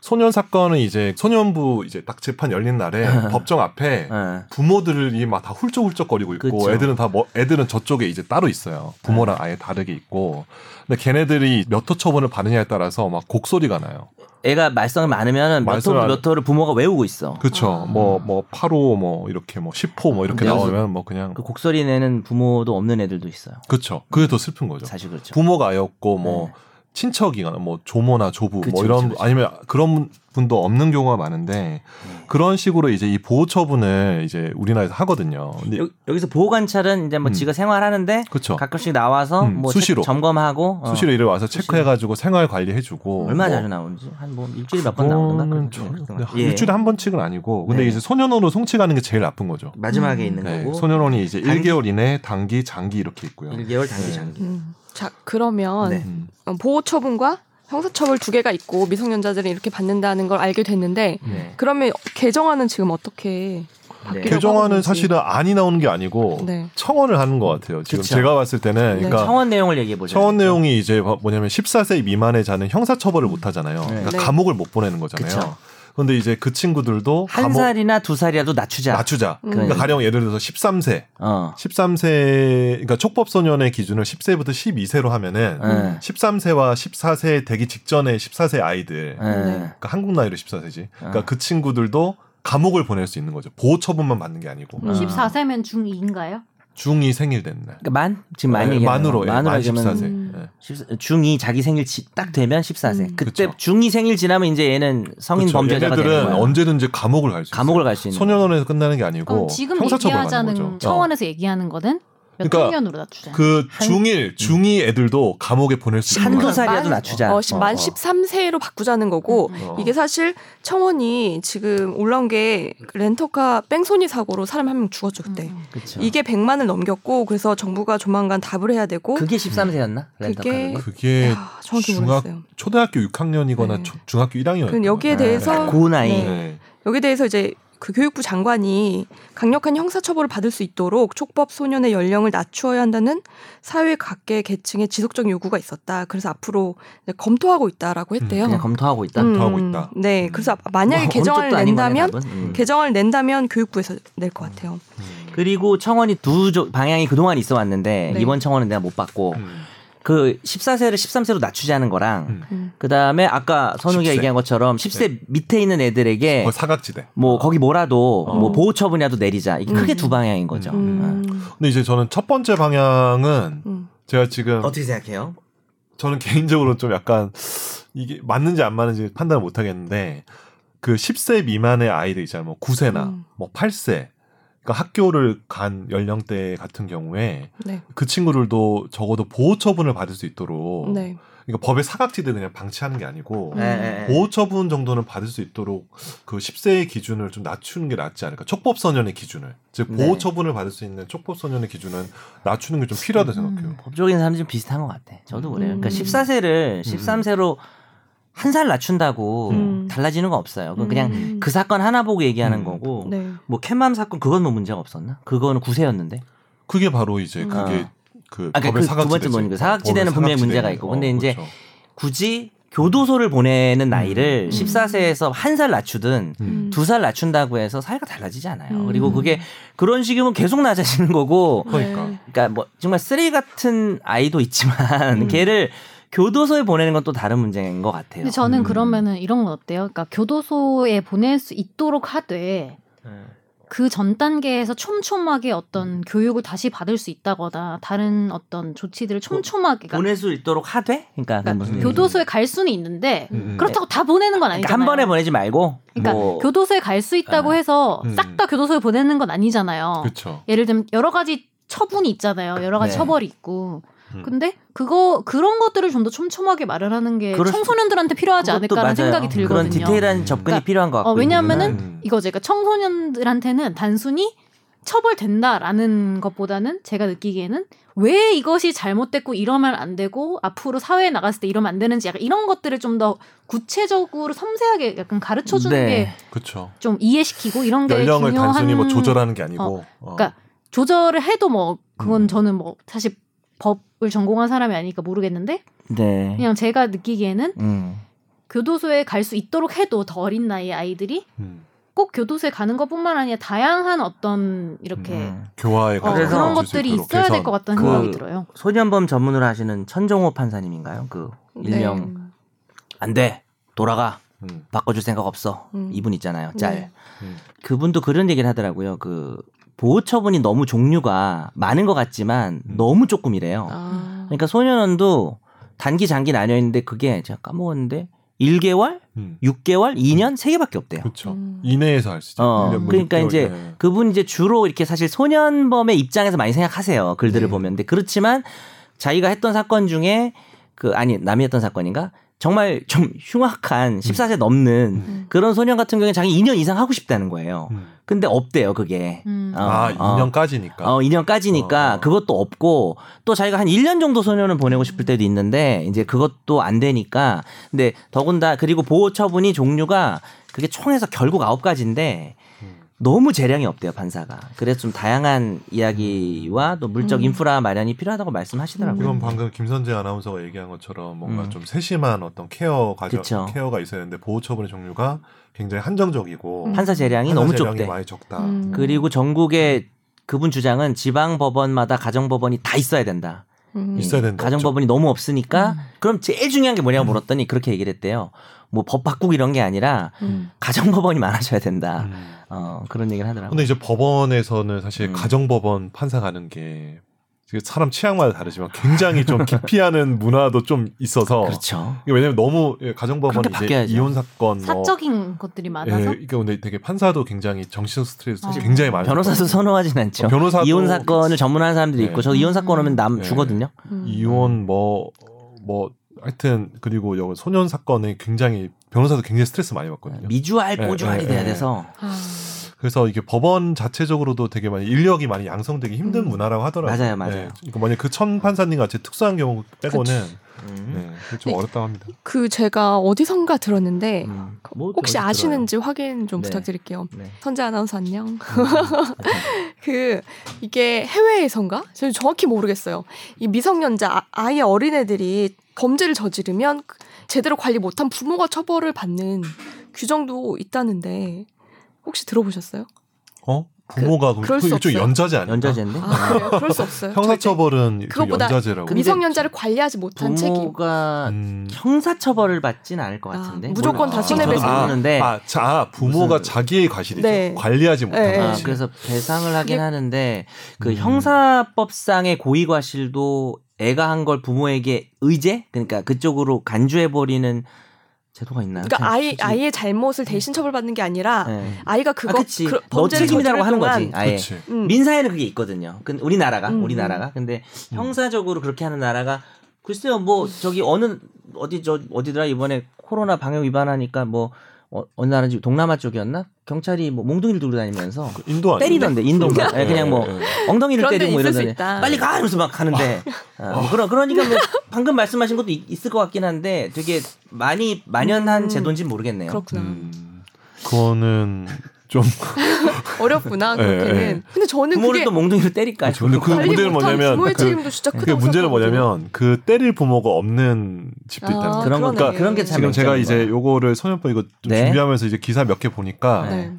C: 소년 사건은 이제 소년부 이제 딱 재판 열린 날에 법정 앞에
B: 예.
C: 부모들이 막 다 훌쩍훌쩍거리고 있고
B: 그쵸. 네.
C: 애들은 다 뭐, 애들은 저쪽에 이제 따로 있어요. 부모랑 아예 다르게 있고. 근데 걔네들이 몇 호 처분을 받느냐에 따라서 막 곡소리가 나요.
B: 애가 말썽이 많으면 몇
C: 말썽을
B: 호부터
C: 안-
B: 몇 호를 부모가 외우고 있어. 그,
C: 그쵸. 뭐, 뭐, 8호, 뭐, 이렇게 뭐, 10호, 뭐, 이렇게
B: 네.
C: 나오면 뭐, 그냥.
B: 곡소리 내는 부모도 없는 애들도 있어요.
C: 그쵸. 그게 더 슬픈 거죠.
B: 사실 그렇죠.
C: 부모가 아예 없고, 뭐,
B: 네.
C: 친척이거나 뭐, 조모나 조부,
B: 그쵸,
C: 뭐, 이런,
B: 그쵸, 네. 그쵸.
C: 아니면 그런 분도 없는 경우가 많은데, 그런 식으로 이제 이 보호 처분을 이제 우리나라에서 하거든요. 근데,
B: 여, 여기서 보호 관찰은 이제 뭐
C: 음.
B: 지가 생활하는데
C: 그쵸.
B: 가끔씩 나와서
C: 음,
B: 뭐
C: 수시로.
B: 체- 점검하고 어.
C: 수시로 이래 와서 체크해가지고 생활 관리해주고
B: 얼마나
C: 뭐
B: 자주 나오는지 한 뭐 일주일에 몇 번 나오는가
C: 그거는
B: 그렇게
C: 저-
B: 생각해요.
C: 네, 일주일에 한 번씩은 아니고 근데
B: 네.
C: 이제 소년원으로 송치가는 게 제일 나쁜 거죠.
B: 예. 마지막에
E: 음.
B: 있는
C: 네,
B: 거고
C: 소년원이 이제
B: 단기-
C: 1개월 이내 단기 장기 이렇게 있고요.
B: 1개월 단기
C: 네.
B: 장기.
A: 음. 자, 그러면
B: 네.
C: 음.
A: 어, 보호처분과 형사처벌 두 개가 있고 미성년자들은 이렇게 받는다는 걸 알게 됐는데
B: 네.
A: 그러면 개정안은 지금 어떻게
C: 음.
B: 네.
A: 이런
C: 개정안은
A: 화분이지.
C: 사실은 안이 나오는 게 아니고
A: 네.
C: 청원을 하는 것 같아요. 지금
B: 그쵸.
C: 제가 봤을 때는
A: 네.
C: 그러니까
B: 청원 내용을 얘기해 보죠. 음.
C: 청원 내용이 이제 뭐냐면 14세 미만의 자는 형사처벌을 못 하잖아요. 그러니까
A: 네.
C: 감옥을 못 보내는
B: 그쵸.
C: 거잖아요. 그런데 이제 그 친구들도
B: 그러니까 한
C: 감옥
B: 살이나 두 살이라도 낮추자.
C: 낮추자.
A: 음.
C: 그러니까 가령 예를 들어서 13세,
B: 어.
C: 13세 그러니까 촉법소년의 기준을 10세부터 12세로 하면은
B: 예.
C: 13세와 14세 되기 직전의 14세 아이들,
B: 예.
A: 네.
C: 그러니까 한국 나이로 14세지. 그러니까
B: 아.
C: 그
B: 네.
C: 친구들도 감옥을 보낼 수 있는 거죠. 보호 처분만 받는 게 아니고.
A: 음.
E: 14세면 중2인가요?
C: 중이 생일 된 날.
B: 그러니까 만 지금 만
C: 네,
B: 얘기하는
C: 만으로
B: 거.
C: 예, 만
B: 만으로 얘기하면
C: 14세.
E: 음.
C: 예.
B: 십사- 중2 자기 생일 지- 딱 되면 14세.
E: 음.
B: 그때
C: 그쵸.
B: 중2 생일 지나면 이제 얘는 성인
C: 그쵸.
B: 범죄자가 되는
C: 그렇죠. 얘네들은
B: 거야.
C: 언제든지 감옥을 갈 수 있어요.
B: 감옥을 갈 수 있는.
C: 소년원에서 끝나는 게 아니고
E: 그럼 지금
C: 뭐, 형사처벌 받는
E: 얘기하자는
C: 거죠.
E: 차원에서 얘기하는 거는 몇
C: 그러니까
E: 학년으로 낮추자.
C: 그
B: 음.
C: 중일 중이 애들도 감옥에 보낼 수 있는
B: 한두
C: 거예요.
B: 살이라도
A: 만-
B: 낮추자.
A: 어, 시- 만
C: 어.
A: 13세로 바꾸자는 거고
E: 음.
C: 어.
A: 이게 사실 청원이 지금 올라온 게 렌터카 뺑소니 사고로 사람 한 명 죽었죠 그때.
E: 음.
B: 그쵸.
A: 이게 100만을 넘겼고 그래서 정부가 조만간 답을 해야 되고
B: 그게 13세였나? 렌터카
A: 그게-
B: 그게?
C: 그게
A: 아, 정확히
C: 중학-
A: 모르겠어요.
C: 초등학교 6학년이거나 네.
A: 네.
C: 중학교 1학년.
A: 그 여기에 대해서
B: 아, 고 나이.
A: 네. 여기에 대해서 이제 그 교육부 장관이 강력한 형사처벌을 받을 수 있도록 촉법 소년의 연령을 낮추어야 한다는 사회 각계 계층의 지속적인 요구가 있었다. 그래서 앞으로 이제 검토하고 있다라고 했대요.
B: 그냥 검토하고 있다.
A: 음,
C: 검토하고 있다.
A: 네, 그래서 만약에
B: 뭐,
A: 개정안을
B: 언뜻도 아닌 거네,
A: 낸다면 그
B: 답은. 음.
A: 개정안을 낸다면 교육부에서 낼 것 같아요.
C: 음.
B: 그리고 청원이 두 조- 방향이 그동안 있어 왔는데
A: 네.
B: 이번 청원은 내가 못 받고 그 14세를 13세로 낮추자는 거랑
C: 음.
A: 음.
B: 음. 그다음에 네. 아까 선우기가
C: 10세.
B: 얘기한 것처럼 10세 밑에 있는 애들에게
C: 거의 어, 사각지대.
B: 뭐 거기 뭐라도
C: 어.
B: 뭐 보호 처분이라도 내리자. 이게 크게
A: 음.
B: 두 방향인 거죠.
A: 음.
C: 근데 이제 저는 첫 번째 방향은
A: 음.
C: 제가 지금
B: 어떻게 생각해요?
C: 저는 개인적으로 좀 약간 이게 맞는지 안 맞는지 판단을 못 하겠는데 그 10세 미만의 아이들 있잖아요. 뭐 9세나
A: 음.
C: 뭐 8세. 그러니까 학교를 간 연령대 같은 경우에
A: 네.
C: 그 친구들도 적어도 보호 처분을 받을 수
B: 뭐,
C: 있도록
A: 네.
C: 그러니까 법의 사각지대 그냥 방치하는 게 아니고
B: 예,
A: 음.
B: 네.
C: 보호 처분 정도는 받을 수 있도록 그 10세의 기준을 좀 낮추는 게 낫지 않을까? 촉법 소년의 기준을. 즉 보호
B: 네.
C: 처분을 받을 수 있는 촉법 소년의 기준은 낮추는 게 좀 필요하다
E: 음.
C: 생각해요.
B: 법적인 사람이 좀 비슷한 것 같아. 저도 그래요. 그러니까
A: 음.
B: 14세를 13세로 한 살 낮춘다고
A: 음.
B: 달라지는 건 없어요. 그건 그냥
A: 음.
B: 그 사건 하나 보고 얘기하는
C: 음.
B: 거고
A: 네.
B: 뭐 캣맘 사건 그건 뭐 문제가 없었나? 그거는 구세였는데.
C: 그게 바로 이제
A: 음.
C: 그게
B: 아.
C: 그
B: 아, 그러니까 그
C: 법의 그렇죠. 사각지대. 어,
B: 두 번째 뭐니까 사각지대는 분명히 문제가 있고. 근데 이제 굳이 교도소를 보내는
A: 음.
B: 나이를 14세에서 한 살 낮추든
A: 음.
B: 두 살 낮춘다고 해서 사회가 달라지지 않아요.
A: 음.
B: 그리고 그게 그런 식이면 계속 낮아지는 거고
C: 그러니까.
A: 네.
B: 그러니까 뭐 정말 쓰레기 같은 아이도 있지만
A: 음.
B: 걔를 교도소에 보내는 건 또 다른 문제인 것 같아요.
E: 근데 저는
C: 음.
E: 그러면은 이런 건 어때요? 그러니까 교도소에 보낼 수 있도록 하되 그 전 단계에서 촘촘하게
C: 음.
E: 어떤 교육을 다시 받을 수 있다거나 다른 어떤 조치들을
C: 뭐
E: 촘촘하게 그러니까
B: 보낼 수 있도록 하되, 그러니까,
E: 그러니까
B: 무슨
C: 교도-
E: 교도소에 갈 수는 있는데
C: 음, 음.
E: 그렇다고 다 보내는 건
B: 그러니까
E: 아니잖아요.
B: 한 번에 보내지 말고
E: 그러니까
B: 뭐
E: 교도소에 갈 수 있다고
B: 아.
E: 해서
C: 음.
E: 싹 다 교도소에 보내는 건 아니잖아요.
C: 그렇죠.
E: 예를 들면 여러 가지 처분이 있잖아요. 여러 가지
B: 네.
E: 처벌이 있고.
C: 음.
E: 근데 그거 그런 것들을 좀 더 촘촘하게 마련하는 게
B: 그럴 수-
E: 청소년들한테 필요하지
B: 그것도
E: 않을까라는
B: 맞아요.
E: 생각이
B: 그런
E: 들거든요.
B: 디테일한 접근이
E: 그러니까,
B: 필요한 것 같고
E: 어, 왜냐하면은
C: 음.
E: 이거죠. 그러니까 청소년들한테는 단순히 처벌된다라는 것보다는 제가 느끼기에는 왜 이것이 잘못됐고 이러면 안 되고 앞으로 사회에 나갔을 때 이러면 안 되는지 약간 이런 것들을 좀 더 구체적으로 섬세하게 약간 가르쳐 주는
B: 네.
C: 그렇죠.
E: 게 좀 이해시키고 이런 게
C: 연령을
E: 중요한
C: 단순히 뭐 조절하는 게 아니고. 어.
E: 그러니까 조절을 해도 뭐 그건
C: 음.
E: 저는 뭐 사실 법을 전공한 사람이 아니니까 모르겠는데
B: 네.
E: 그냥 제가 느끼기에는
B: 음.
E: 교도소에 갈 수 있도록 해도 더 어린 나이의 아이들이
C: 음.
E: 꼭 교도소에 가는 것뿐만 아니라 다양한 어떤 이렇게
B: 음.
C: 교화에
E: 어,
C: 관한
B: 그래서
E: 그런
C: 줄수
E: 것들이
C: 있도록
E: 있어야 될
C: 개선.
E: 것 같다는
B: 그-
E: 생각이 들어요.
B: 소년범 전문으로 하시는 천종호 판사님인가요? 그 일명
A: 네.
B: 안 돼 돌아가
C: 음.
B: 바꿔줄 생각 없어
A: 음.
B: 이분 있잖아요. 짤
A: 네.
C: 음.
B: 그분도 그런 얘기를 하더라고요. 그 보호 처분이 너무 종류가 많은 것 같지만
C: 음.
B: 너무 조금이래요.
A: 아.
B: 그러니까 소년원도 단기 장기 나뉘어 있는데 그게 제가 까먹었는데 1개월,
C: 음.
B: 6개월, 2년 세 개밖에 없대요.
C: 그렇죠.
A: 음.
C: 이내에서 할 수 있죠.
B: 어,
C: 1년 뭐
B: 그러니까
C: 6개월
B: 이제
C: 이내.
B: 그분 이제 주로 이렇게 사실 소년범의 입장에서 많이 생각하세요. 글들을
C: 네.
B: 보면. 근데 그렇지만 자기가 했던 사건 중에 그 아니 남이 했던 사건인가? 정말 좀 흉악한 14세 넘는
A: 음.
B: 그런 소년 같은 경우에 자기 2년 이상 하고 싶다는 거예요.
C: 음.
B: 근데 없대요, 그게.
E: 음.
B: 어,
C: 아,
B: 어.
C: 2년까지니까.
B: 어, 2년까지니까
C: 어, 어.
B: 그것도 없고 또 자기가 한 1년 정도 소년을 보내고 싶을 때도 있는데 이제 그것도 안 되니까 근데 더군다 그리고 보호 처분이 종류가 그게 총에서 결국 9가지인데
C: 음.
B: 너무 재량이 없대요, 판사가. 그래서 좀 다양한 이야기와 또 물적
A: 음.
B: 인프라 마련이 필요하다고 말씀하시더라고요.
C: 이건 방금 김선재 아나운서가 얘기한 것처럼 뭔가
B: 음.
C: 좀 세심한 어떤 케어 과정,
B: 그쵸.
C: 케어가 있어야 되는데 보호 처분의 종류가 굉장히 한정적이고
A: 음.
B: 판사 재량이
C: 판사
B: 너무
C: 재량이 음.
B: 좁대.
C: 많이 적다.
A: 음.
B: 그리고 전국에 그분 주장은 지방 법원마다 가정 법원이 다 있어야 된다.
A: 음.
C: 있어야 된다.
B: 음.
C: 음.
E: 음.
B: 가정 법원이 너무 없으니까 그럼 제일 중요한 게 뭐냐고 물었더니 그렇게 얘기를 했대요. 뭐 법 바꾸고 이런 게 아니라
A: 음.
B: 가정법원이 많아져야 된다.
C: 음.
B: 어, 그런 얘기를 하더라고요.
C: 근데 이제 법원에서는 사실
B: 음.
C: 가정법원 판사 가는 게 이게 사람 취향마다 다르지만 굉장히 좀 기피하는 문화도 좀 있어서
B: 그렇죠.
C: 이게 왜냐면 너무 예, 가정법원
B: 그렇게
C: 이제
B: 바뀌어야죠.
C: 이혼 사건 뭐
E: 사적인 것들이 많아서
C: 예, 이게 근데 되게 판사도 굉장히 정신 스트레스
E: 사실
C: 굉장히 많아요.
B: 변호사도 선호하진 않죠.
C: 어, 변호사도-
B: 이혼 사건을 전문하는 사람들이
C: 네.
B: 있고 저 이혼 사건 오면 남
C: 네.
B: 주거든요.
A: 음.
C: 이혼 뭐 뭐 하여튼 그리고 여기 소년 사건에 굉장히 변호사도 굉장히 스트레스 많이 받거든요.
B: 미주알
C: 네,
B: 꼬주알이
C: 네,
B: 돼야
C: 네.
B: 돼서
E: 아,
C: 그래서 이게 법원 자체적으로도 되게 많이 인력이 많이 양성되기 힘든
A: 음.
C: 문화라고 하더라고요.
B: 맞아요, 맞아요.
C: 그러니까 만약 그천 판사님 같이 특수한 경우 빼고는
B: 음.
C: 네, 그게 좀
A: 네.
C: 어렵다고 합니다.
A: 그 제가 어디선가 들었는데
B: 음.
C: 뭐
A: 그 혹시
B: 어디
A: 아시는지 확인 좀
B: 네.
A: 부탁드릴게요.
B: 들어요? 네.
A: 선재 아나운서 안녕.
B: 음.
A: 그 이게 해외에선가? 저는 정확히 모르겠어요. 이 미성년자 아- 아예 어린애들이 범죄를 저지르면 그- 제대로 관리 못한 부모가 처벌을 받는 규정도 있다는데 혹시 들어보셨어요?
C: 어? 부모가 그,
A: 그럴
C: 럼
A: 수
C: 일종
A: 없어요?
C: 연자제 아니야?
B: 연좌제인데 네.
A: 아, 그래요? 그럴 수 없어요.
C: 형사처벌은 일종
A: 그것보다
C: 연자제라고.
A: 절대 미성년자를 관리하지 못한 책임.
B: 부모가
C: 음.
B: 형사 처벌을 받진 않을 것 같은데 뭐
A: 아, 무조건 다 손해배상.
B: 저도 모르는데
C: 아, 자, 아, 부모가
B: 무슨-
C: 자기의 과실이죠.
A: 네.
C: 관리하지 못한
A: 네.
B: 아,
C: 과실.
B: 그래서 배상을 하긴
A: 그게-
B: 하는데 그
C: 음.
B: 형사법상의 고의과실도 애가 한 걸 부모에게 의제 그러니까 그쪽으로 간주해 버리는 제도가 있나요?
A: 그러니까
B: 참
A: 아이
B: 솔직히-
A: 아이의 잘못을 대신 처벌받는 게 아니라
B: 네.
A: 아이가
B: 아,
A: 그거
B: 그치.
A: 그-
B: 너
A: 범죄를
B: 책임이라고
A: 저지를
B: 하는 거지.
A: 동안
B: 아예.
C: 그렇지.
A: 음,
B: 민사에는 그게 있거든요. 근 우리나라가
A: 음,
B: 우리나라가 근데
C: 음.
B: 형사적으로 그렇게 하는 나라가 글쎄요 뭐 저기 어느 어디 저 어디더라 이번에 코로나 방역 위반하니까 뭐 어, 어느 나라인지 동남아 쪽이었나 경찰이 뭐 몽둥이를 들고 다니면서
C: 그 인도 네, 아니야?
B: 때리던데 인도가 예, 그냥 뭐 엉덩이를
A: 그런 데
B: 때리고 뭐
A: 있을 수
B: 이러더니
A: 있다.
B: 빨리 가 이러면서 막 하는데 어, 뭐 그런 그러니까 뭐 방금 말씀하신 것도 있- 있을 것 같긴 한데 되게 많이 만연한
A: 음.
B: 제도인지 는 모르겠네요. 음.
A: 그렇구나.
C: 그거는 좀
B: 네.
A: 어렵구나
C: 예,
A: 그렇게는.
C: 예.
A: 근데 저는
B: 부모를
A: 그게
B: 또 몽둥이를 때릴까요?
C: 근데 그
A: 관리
C: 문제는
A: 못한
C: 뭐냐면
A: 부모의
C: 그-
A: 책임도 진짜 크다고
C: 그게 문제는
A: 생각합니다.
C: 뭐냐면 그 때릴 부모가 없는 집도 있다는
A: 아,
C: 거예요.
B: 그런 거
A: 그러네.
B: 그런 게 참.
C: 지금 제가
B: 명점인
C: 이제
B: 거예요.
C: 요거를 소년법 이거 좀
B: 네.
C: 준비하면서 이제 기사 몇 개 보니까
B: 네.
A: 네.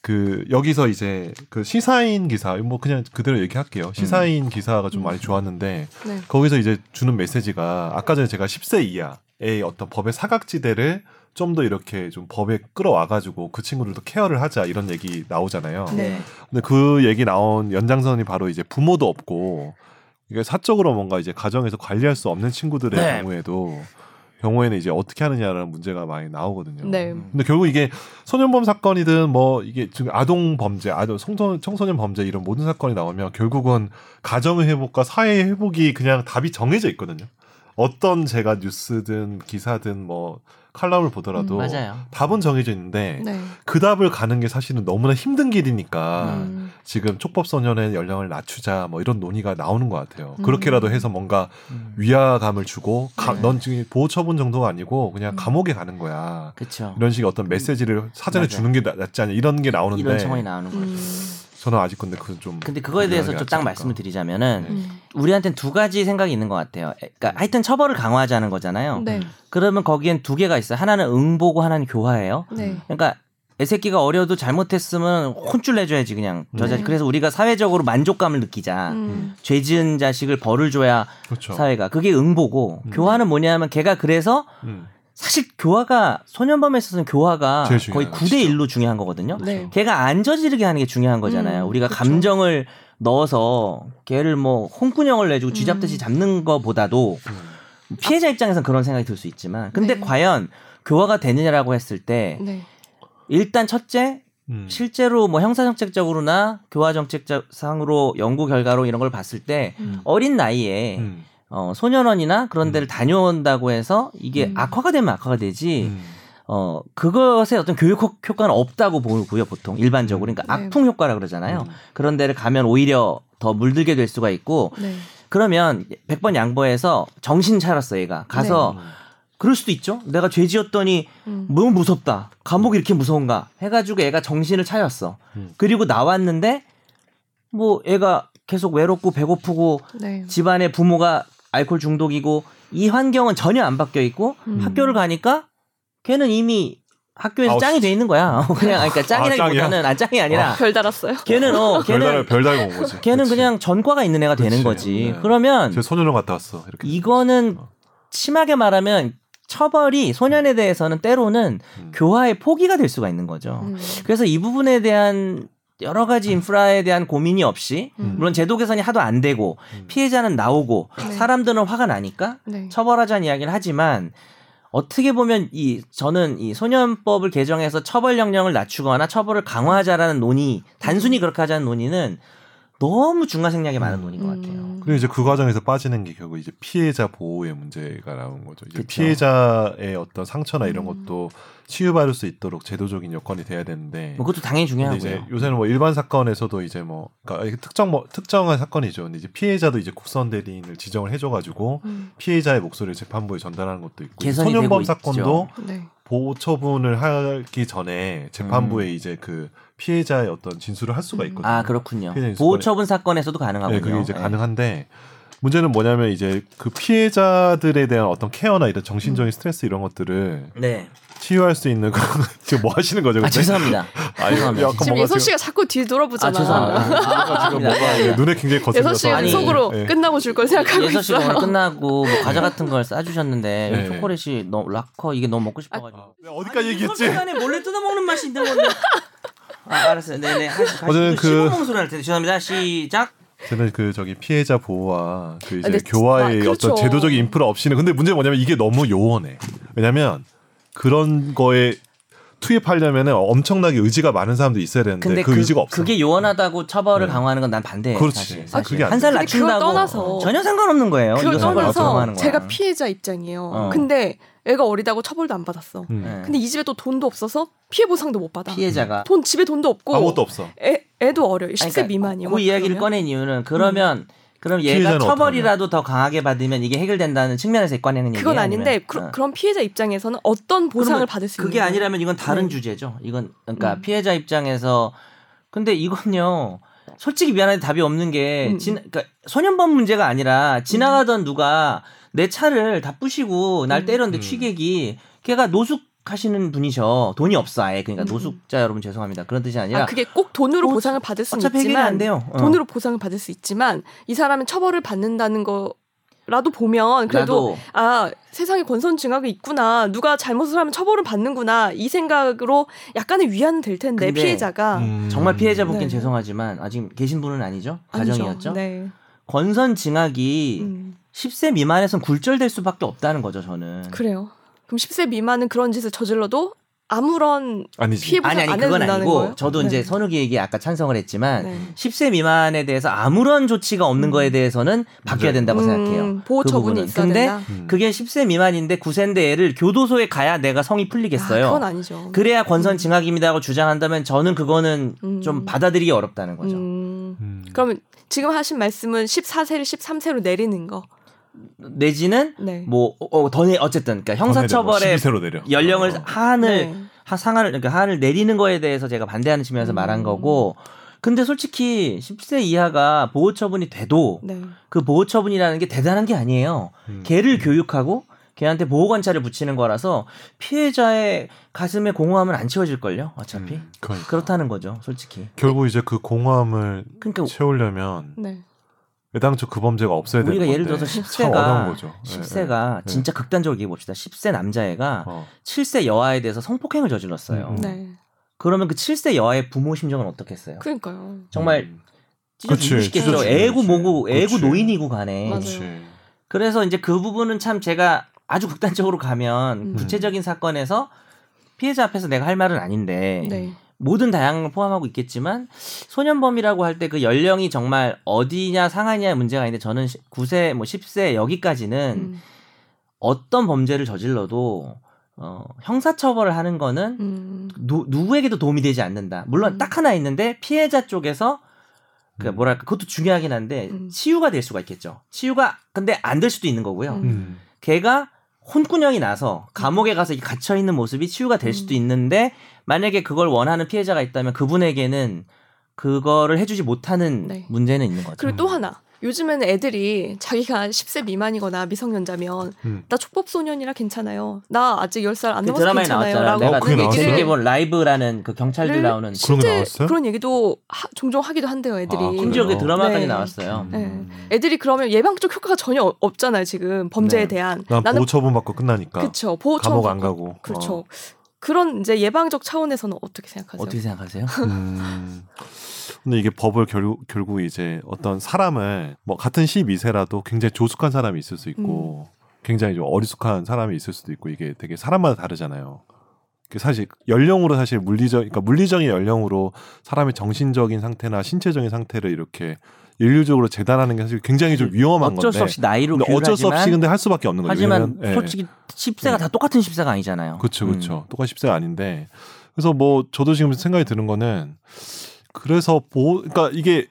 C: 그 여기서 이제 그 시사인 기사 뭐 그냥 그대로
B: 음.
C: 얘기할게요. 시사인 기사가 좀 많이 좋았는데
A: 네.
C: 거기서 이제 주는 메시지가 아까 전에 제가 10세 이하의 어떤 법의 사각지대를 좀 더 이렇게 좀 법에 끌어와가지고 그 친구들도 케어를 하자 이런 얘기 나오잖아요.
B: 네.
C: 근데 그 얘기 나온 연장선이 바로 이제 부모도 없고 이게 사적으로 뭔가 이제 가정에서 관리할 수 없는 친구들의
B: 네.
C: 경우에도 경우에는 이제 어떻게 하느냐라는 문제가 많이 나오거든요.
A: 네.
C: 근데 결국 이게 소년범 사건이든 뭐 이게 지금 아동 범죄, 아동 성소, 청소년 범죄 이런 모든 사건이 나오면 결국은 가정의 회복과 사회의 회복이 그냥 답이 정해져 있거든요. 어떤 제가 뉴스든 기사든 뭐 칼럼을 보더라도
A: 음,
B: 맞아요.
C: 답은 정해져
B: 음.
C: 있는데
A: 네.
C: 그 답을 가는 게 사실은 너무나 힘든 길이니까
A: 음.
C: 지금 촉법 소년의 연령을 낮추자 뭐 이런 논의가 나오는 것 같아요.
A: 음.
C: 그렇게라도 해서 뭔가
B: 음.
C: 위화감을 주고 가-
B: 네.
C: 넌 지금 보호 처분 정도가 아니고 그냥
A: 음.
C: 감옥에 가는 거야.
B: 그렇죠. 이런,
C: 이런 식의 어떤 메시지를 사전에
B: 음. 맞아요.
C: 주는 게 나- 낫지 않냐 이런 게 나오는데 네.
B: 청원이 나오는 거예요.
A: 음.
C: 저는 아직 근데 그건 좀
B: 근데 그거에 대해서 좀 딱
C: 않을까.
B: 말씀을 드리자면은
C: 네.
A: 음.
B: 우리한테는 두 가지 생각이 있는 것 같아요. 에, 그러니까 하여튼 처벌을 강화하자는 거잖아요.
A: 네.
B: 그러면 거기엔 두 개가 있어요. 하나는 응보고 하나는 교화예요.
A: 네.
B: 그러니까 애새끼가 어려도 잘못했으면 혼쭐 내줘야지 그냥 저
C: 음.
B: 자식. 그래서 우리가 사회적으로 만족감을 느끼자.
A: 음.
B: 죄 지은 자식을 벌을 줘야
C: 그렇죠.
B: 사회가 그게 응보고
C: 음.
B: 교화는 뭐냐면 걔가 그래서
C: 음.
B: 사실 교화가 소년범에 있어서는 교화가
C: 제일 중요해요,
B: 거의 9대 1로 중요한 거거든요.
A: 네.
B: 걔가 안 저지르게 하는 게 중요한 거잖아요.
A: 음,
B: 우리가
A: 그쵸.
B: 감정을 넣어서 걔를 뭐 홍군형을 내주고
A: 음.
B: 쥐잡듯이 잡는 거보다도
C: 그렇죠.
B: 피해자 입장에선 그런 생각이 들 수 있지만 근데
A: 네.
B: 과연 교화가 되느냐라고 했을 때
A: 네.
B: 일단 첫째
C: 음.
B: 실제로 뭐 형사정책적으로나 교화정책상으로 연구 결과로 이런 걸 봤을 때
A: 음.
B: 어린 나이에
C: 음.
B: 어, 소년원이나 그런 데를
C: 음.
B: 다녀온다고 해서 이게
A: 음.
B: 악화가 되면 악화가 되지
C: 음.
B: 어, 그것의 어떤 교육 효- 효과는 없다고 보고요, 보통. 일반적으로. 그러니까
A: 네.
B: 악통 효과라 그러잖아요.
C: 음.
B: 그런 데를 가면 오히려 더 물들게 될 수가 있고,
A: 네.
B: 그러면 100번 양보해서 정신 차렸어, 얘가.
C: 네.
B: 가서, 그럴 수도 있죠? 내가 죄 지었더니 뭐
A: 음.
B: 너무 무섭다. 감옥이 이렇게 무서운가. 해가지고 애가 정신을 차렸어.
C: 음.
B: 그리고 나왔는데, 뭐, 애가 계속 외롭고 배고프고
A: 네.
B: 집안의 부모가 알코올 중독이고 이 환경은 전혀 안 바뀌어 있고
A: 음.
B: 학교를 가니까 걔는 이미 학교에서
C: 아우,
B: 짱이 돼 있는 거야. 그냥 아니, 그러니까 짱이라기보다는 아, 짱이 아니라
A: 별 달았어요.
B: 걔는 어 걔는
C: 별달 별달 온 거지.
B: 걔는
C: 그치.
B: 그냥 전과가 있는 애가 되는
C: 그치.
B: 거지.
C: 네.
B: 그러면
C: 제 소년원 갔다 왔어. 이렇게
B: 이거는
C: 어.
B: 심하게 말하면 처벌이 소년에 대해서는 때로는
C: 음.
B: 교화의 포기가 될 수가 있는 거죠.
A: 음.
B: 그래서 이 부분에 대한 여러 가지 인프라에 대한 고민이 없이
A: 음.
B: 물론 제도 개선이 하도 안 되고
C: 음.
B: 피해자는 나오고
A: 네.
B: 사람들은 화가 나니까
A: 네.
B: 처벌하자는 이야기를 하지만 어떻게 보면 이 저는 이 소년법을 개정해서 처벌 역량을 낮추거나 처벌을 강화하자라는 논의 단순히 그렇게 하자는 논의는 너무 중간 생략이 많은 논의인 것 같아요.
A: 음.
C: 그리고 이제 그 과정에서 빠지는 게 결국 이제 피해자 보호의 문제가 나온 거죠. 이제
B: 그쵸.
C: 피해자의 어떤 상처나 이런
A: 음.
C: 것도 치유받을 수 있도록 제도적인 여건이 돼야 되는데
B: 뭐 그것도 당연히
C: 근데 이제
B: 중요하고요.
C: 요새는 뭐 일반 사건에서도 이제 뭐 그러니까 이게 특정 뭐 특정한 사건이죠. 근데 이제 피해자도 이제 국선 대리인을 지정을 해줘가지고
A: 음.
C: 피해자의 목소리를 재판부에 전달하는 것도 있고
B: 개선이 되고
C: 소년범
B: 있죠.
C: 사건도
A: 네.
C: 보호 처분을 하기 전에 재판부에 이제 그 피해자의 어떤 진술을 할 수가
A: 음.
B: 음.
C: 있거든요.
B: 아 그렇군요.
C: 피해자 인수권이-
B: 보호처분 사건에서도
C: 네,
B: 가능하군요.
C: 그게 이제
B: 네.
C: 가능한데 문제는 뭐냐면 이제 그 피해자들에 대한 어떤 케어나 이런
B: 음.
C: 정신적인 스트레스 이런 것들을
B: 네.
C: 치유할 수 있는 그런 지금 뭐 하시는 거죠?
B: 아
C: 근데?
B: 죄송합니다.
C: 아, 이거
B: 죄송합니다.
C: 약간
A: 지금
C: 뭔가
A: 예솔
C: 지금
A: 씨가 자꾸 뒤
B: 아
A: 돌아보잖아.
B: 죄송합니다. 어,
C: 지금 뭔가 이게 눈에 굉장히 거슬려서
A: 예솔 씨는
B: 아니,
A: 속으로
C: 예.
A: 끝나고 줄 걸 생각하고
B: 예서 씨가 오늘
A: 있어요.
B: 끝나고 뭐 과자 같은 걸 싸주셨는데
C: 네.
B: 여기 초콜릿이 너무 락커 이게 너무 먹고 싶어가지고
C: 내가 어디까지
A: 아,
C: 얘기했지?
B: 시간에 몰래 뜯어먹는 맛이 있는 건데 아 알았어요 네네 하시,
C: 어제는
B: 어제는
C: 그-
B: 그 씹어먹는 소리 할 텐데 죄송합니다 시작
C: 저는 그 저기 피해자 보호와 그 이제
A: 근데
C: 교화의
A: 아, 그렇죠.
C: 어떤 제도적인 인프라 없이는 근데 문제는 뭐냐면 이게 너무 요원해. 왜냐면 그런 거에 투입하려면은 엄청나게 의지가 많은 사람도 있어야 되는데 그, 의지가 없어.
B: 그게 요원하다고 처벌을
C: 네.
B: 강화하는 건 난 반대예요
C: 그렇지.
B: 사실,
C: 아,
B: 사실.
C: 그게 안
B: 한살
A: 돼. 근데 그걸
B: 낮춘다고
A: 떠나서-
B: 전혀 상관없는 거예요
A: 그걸
B: 이거 처벌을
A: 떠나서
B: 강화하는 거야
A: 제가 피해자 입장이에요.
B: 어.
A: 근데 애가 어리다고 처벌도 안 받았어.
C: 음.
B: 네.
A: 근데 이 집에 또 돈도 없어서 피해 보상도 못 받아.
B: 피해자가
A: 돈 집에 돈도 없고
C: 아무것도 없어.
A: 애, 애도 어려.
B: 아니,
A: 10세
B: 그러니까
A: 미만이요.
B: 그 이야기를 꺼낸 이유는 그러면 그럼
C: 음. 피해자는
B: 얘가
C: 어떡하냐?
B: 처벌이라도 더 강하게 받으면 이게 해결된다는 측면에서 꺼내는 얘기예요.
A: 그건 아닌데
B: 아니면-
A: 그,
B: 어.
A: 런 피해자 입장에서는 어떤 보상을
B: 그러면
A: 받을 수
B: 그게
A: 있는
B: 아니라면 이건 다른
A: 네.
B: 주제죠. 이건 그러니까
A: 음.
B: 피해자 입장에서 근데 이건요. 솔직히 미안한데 답이 없는 게
A: 음.
B: 진, 그러니까 소년범 문제가 아니라 지나가던 누가 내 차를 다 부시고 날
A: 음.
B: 때렸는데
C: 음.
B: 취객이 걔가 노숙 하시는 분이셔. 돈이 없어 아예. 그러니까
A: 음.
B: 노숙자 여러분 죄송합니다. 그런 뜻이 아니라
A: 아, 그게 꼭 돈으로
B: 어,
A: 보상을 받을 수는
B: 어차피 해결이
A: 있지만
B: 안 돼요. 어.
A: 돈으로 보상을 받을 수 있지만 이 사람은 처벌을 받는다는 거라도 보면 그래도
B: 나도
A: 아 세상에 권선징악이 있구나 누가 잘못을 하면 처벌을 받는구나 이 생각으로 약간의 위안은 될 텐데
B: 근데- 음,
A: 피해자가
B: 아,
C: 음.
B: 정말 피해자분께
A: 네.
B: 죄송하지만 아직 계신 분은 아니죠?
A: 아니죠.
B: 가정이었죠?
A: 네.
B: 권선징악이
A: 음,
B: 10세 미만에선 굴절될 수밖에 없다는 거죠, 저는.
A: 그래요. 그럼 10세 미만은 그런 짓을 저질러도 아무런
C: 아니지.
A: 피해 보상
B: 아니 아니
A: 안
B: 그건
A: 해준다는
B: 아니고
A: 거예요?
B: 저도
A: 네.
B: 이제 선욱이 얘기에 아까 찬성을 했지만
A: 네.
B: 10세 미만에 대해서 아무런 조치가 없는
A: 음.
B: 거에 대해서는 바뀌어야
C: 네.
B: 된다고
A: 음,
B: 생각해요.
A: 보호
B: 그
A: 처분이
B: 부분은.
A: 있어야
B: 근데
A: 된다.
C: 음.
B: 그게 10세 미만인데 9세인데 애를 교도소에 가야 내가 성이
A: 아,
B: 풀리겠어요.
A: 그건 아니죠.
B: 그래야 권선 징악입니다라고 주장한다면 저는 그거는
A: 음.
B: 좀 받아들이기 어렵다는 거죠.
A: 음.
C: 음.
A: 그러면 지금 하신 말씀은 14세를 13세로 내리는 거.
B: 내지는
A: 네.
B: 뭐 어, 더 내- 어쨌든 그러니까 형사처벌의
C: 12세로 내려.
B: 연령을
C: 어.
B: 한을
A: 네.
B: 하- 상한을 그러니까 한을 내리는 거에 대해서 제가 반대하는 측면에서
A: 음.
B: 말한 거고 근데 솔직히 10세 이하가 보호 처분이 돼도
A: 네.
B: 그 보호 처분이라는 게 대단한 게 아니에요.
C: 음.
B: 걔를 교육하고 걔한테 보호 관찰을 붙이는 거라서 피해자의 가슴에 공허함은 안 채워질 걸요. 어차피.
C: 음. 그러니까.
B: 그렇다는 거죠, 솔직히.
C: 결국 이제 그 공허함을
B: 그러니까
C: 채우려면
A: 네.
C: 애당초 그 범죄가 없어야 되는
B: 우리가
C: 건데
B: 예를 들어서
C: 참
B: 10세가
C: 어려운 거죠. 예, 예.
B: 10세가
C: 예.
B: 진짜 극단적으로 얘기해 봅시다. 10세 남자애가
C: 어.
B: 7세 여아에 대해서 성폭행을 저질렀어요.
C: 음.
A: 네.
B: 그러면 그 7세 여아의 부모 심정은 어떻겠어요?
A: 그러니까요.
B: 정말
C: 음.
B: 찢어지고
C: 그치,
B: 싶겠죠.
C: 찢어지고
B: 애고 뭐고
C: 그치.
B: 애고 노인이고 간에.
A: 맞아요.
C: 그렇지.
B: 그래서 이제 그 부분은 참 제가 아주 극단적으로 가면
A: 음.
B: 구체적인 사건에서 피해자 앞에서 내가 할 말은 아닌데
A: 네.
B: 모든 다양을 포함하고 있겠지만 소년범이라고 할 때 그 연령이 정말 어디냐 상하냐 문제가 있는데 저는 9세 뭐 10세 여기까지는
A: 음.
B: 어떤 범죄를 저질러도 어, 형사처벌을 하는 거는
A: 음.
B: 누, 누구에게도 도움이 되지 않는다. 물론
A: 음.
B: 딱 하나 있는데 피해자 쪽에서 그
C: 음.
B: 뭐랄까 그것도 중요하긴 한데
A: 음.
B: 치유가 될 수가 있겠죠. 치유가 근데 안 될 수도 있는 거고요.
A: 음.
C: 음.
B: 걔가 혼꾸녕이 나서 감옥에 가서 이렇게 갇혀 있는 모습이 치유가 될 수도
A: 음.
B: 있는데 만약에 그걸 원하는 피해자가 있다면 그분에게는 그거를 해주지 못하는
A: 네.
B: 문제는 있는 거죠.
A: 그리고 또 하나 요즘에는 애들이 자기가 10세 미만이거나 미성년자면
C: 음.
A: 나 촉법소년이라 괜찮아요. 나 아직 10살 안
B: 그
A: 넘어서
B: 드라마에
A: 괜찮아요.
B: 나왔잖아.
A: 라고
B: 내가
C: 그게
A: 하는
C: 나왔어요?
B: 재밌게
A: 얘기를
B: 본 라이브라는 그 경찰들
A: 를
B: 나오는
C: 그런 거
A: 실제
C: 나왔어요?
A: 그런 얘기도 하- 종종 하기도 한대요. 애들이.
C: 아, 그래요?
B: 심지어 그 드라마까지
A: 네.
C: 음.
B: 나왔어요. 음.
A: 네. 애들이 그러면 예방적 효과가 전혀 없- 없잖아요. 지금 범죄에
B: 네.
A: 대한.
C: 난
A: 나는
C: 보호 처분 받고 끝나니까
A: 그쵸 보호 처
C: 감옥 안 가고. 어.
A: 그렇죠. 그런 이제 예방적 차원에서는 어떻게 생각하세요?
B: 어떻게 생각하세요?
C: 어. 음. 근데 이게 법을 결국 결국 이제 어떤 사람을 뭐 같은 12세라도 굉장히 조숙한 사람이 있을
B: 음.
C: 수 있고 굉장히 좀 어리숙한 사람이 있을 수도 있고 이게 되게 사람마다 다르잖아요. 그 사실 연령으로 사실 물리적 그러니까 물리적인 연령으로 사람의 정신적인 상태나 신체적인 상태를 이렇게 인류적으로 재단하는 게 사실 굉장히 좀 위험한
B: 음. 어쩔 수
C: 건데
B: 없이 나이로
C: 근데 어쩔 수 없이
B: 규율하지만
C: 근데 할 수밖에 없는 거죠.
B: 하지만
C: 왜냐면, 예.
B: 솔직히 10세가 다 똑같은 10세가 아니잖아요.
C: 그렇죠,
B: 음.
C: 그렇죠. 똑같이 10세가 아닌데. 그래서 뭐 저도 지금 생각이 드는 거는 그래서 보호, 그러니까 이게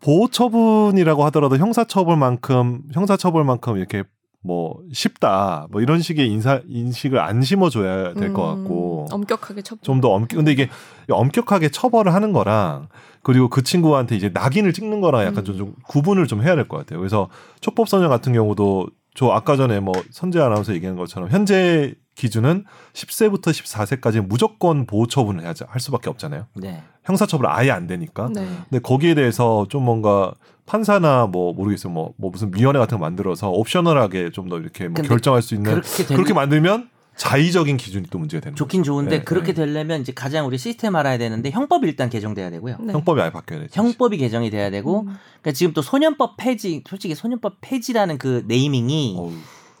C: 보호 처분이라고 하더라도 형사 처벌만큼 형사 처벌만큼 이렇게 뭐 쉽다 뭐 이런 식의 인사 인식을 안 심어줘야 될 것
A: 음,
C: 같고
A: 엄격하게 첫
C: 좀 더 엄 근데 이게 엄격하게 처벌을 하는 거랑 그리고 그 친구한테 이제 낙인을 찍는 거랑 약간
B: 음.
C: 좀, 좀 구분을 좀 해야 될 것 같아요. 그래서 촉법소년 같은 경우도 저 아까 전에 뭐 선재 아나운서 얘기한 것처럼 현재 기준은 10세부터 14세까지 무조건 보호 처분을 해야 할 수밖에 없잖아요.
B: 네.
C: 형사 처벌 아예 안 되니까.
A: 네.
C: 근데 거기에 대해서 좀 뭔가 판사나 뭐 모르겠어요. 뭐, 뭐 무슨 위원회 같은 거 만들어서 옵셔널하게 좀 더 이렇게 뭐
B: 근데
C: 결정할 수 있는
B: 그렇게 되면
C: 그렇게 만들면 자의적인 기준이 또 문제가 되는 거죠.
B: 좋긴 좋은데
C: 네,
B: 그렇게
C: 네.
B: 되려면 이제 가장 우리 시스템 알아야 되는데 형법이 일단 개정돼야 되고요.
A: 네.
C: 형법이 아예 바뀌어야 되죠.
B: 형법이 개정이 돼야 되고
A: 음.
B: 그러니까 지금 또 소년법 폐지 솔직히 소년법 폐지라는 그 네이밍이
C: 어우.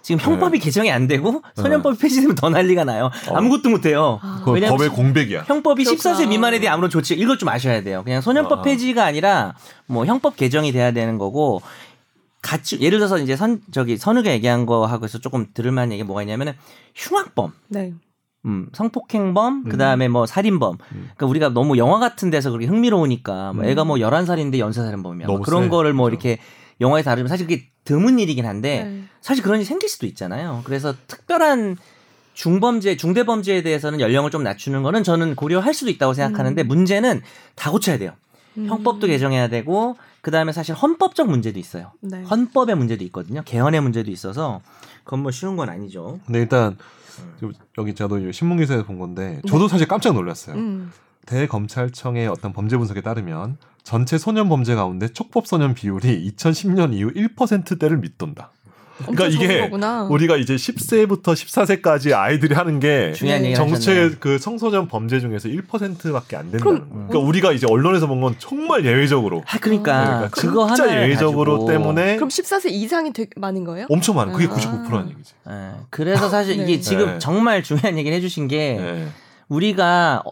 B: 지금 형법이
A: 네.
B: 개정이 안 되고 소년법 이 폐지되면 더 난리가 나요.
C: 어.
B: 아무것도 못 해요.
A: 어. 아,
C: 그건
B: 왜냐면
C: 법의 공백이야.
B: 형법이
A: 그렇구나.
B: 14세 미만에 대한 아무런 조치 이걸 좀 아셔야 돼요. 그냥 소년법
C: 아.
B: 폐지가 아니라 뭐 형법 개정이 돼야 되는 거고 같이 예를 들어서 이제 선 저기 선우가 얘기한 거하고서 조금 들을만한 얘기 가 뭐가 있냐면은 흉악범
A: 네.
B: 음, 성폭행범, 그 다음에 뭐 살인범. 그러니까 우리가 너무 영화 같은 데서 그렇게 흥미로우니까 뭐 애가 뭐 11살인데 연쇄살인범이야. 뭐
C: 음. 너무
B: 그런
C: 세.
B: 거를 뭐
C: 그렇죠.
B: 이렇게 영화에 다루면 사실 그게 드문 일이긴 한데
A: 네.
B: 사실 그런 일이 생길 수도 있잖아요. 그래서 특별한 중범죄, 중대범죄에 대해서는 연령을 좀 낮추는 거는 저는 고려할 수도 있다고 생각하는데 문제는 다 고쳐야 돼요.
A: 음.
B: 형법도 개정해야 되고 그다음에 사실 헌법적 문제도 있어요.
A: 네.
B: 헌법의 문제도 있거든요. 개헌의 문제도 있어서 그건 뭐 쉬운 건 아니죠.
C: 근데 일단
B: 네.
F: 지금 여기 저도 신문 기사에서 본 건데
B: 음.
F: 저도 사실 깜짝 놀랐어요.
A: 음.
F: 대검찰청의 어떤 범죄 분석에 따르면 전체 소년 범죄 가운데 촉법 소년 비율이 2010년 이후 1%대를 밑돈다.
A: 엄청
C: 그러니까 이게
A: 좋은
B: 음.
A: 거구나.
C: 우리가 이제 10세부터 14세까지 아이들이 하는 게
B: 중요한
A: 네.
B: 얘기
C: 정체 그 청소년 범죄 중에서 1%밖에 안 된다는 거예요. 그러니까 우리가 이제 언론에서 본 건 정말 예외적으로
B: 아, 그러니까
C: 그러니까
B: 그거 하나
C: 진짜 예외적으로 때문에
A: 그럼 14세 이상이 되게 많은 거예요?
C: 엄청 많아.
B: 음.
C: 그게
A: 아.
C: 99%라는 얘기지.
B: 예, 그래서 사실
A: 네.
B: 이게 지금
C: 네.
B: 정말 중요한 얘기를 해주신 게
C: 예.
B: 우리가 어,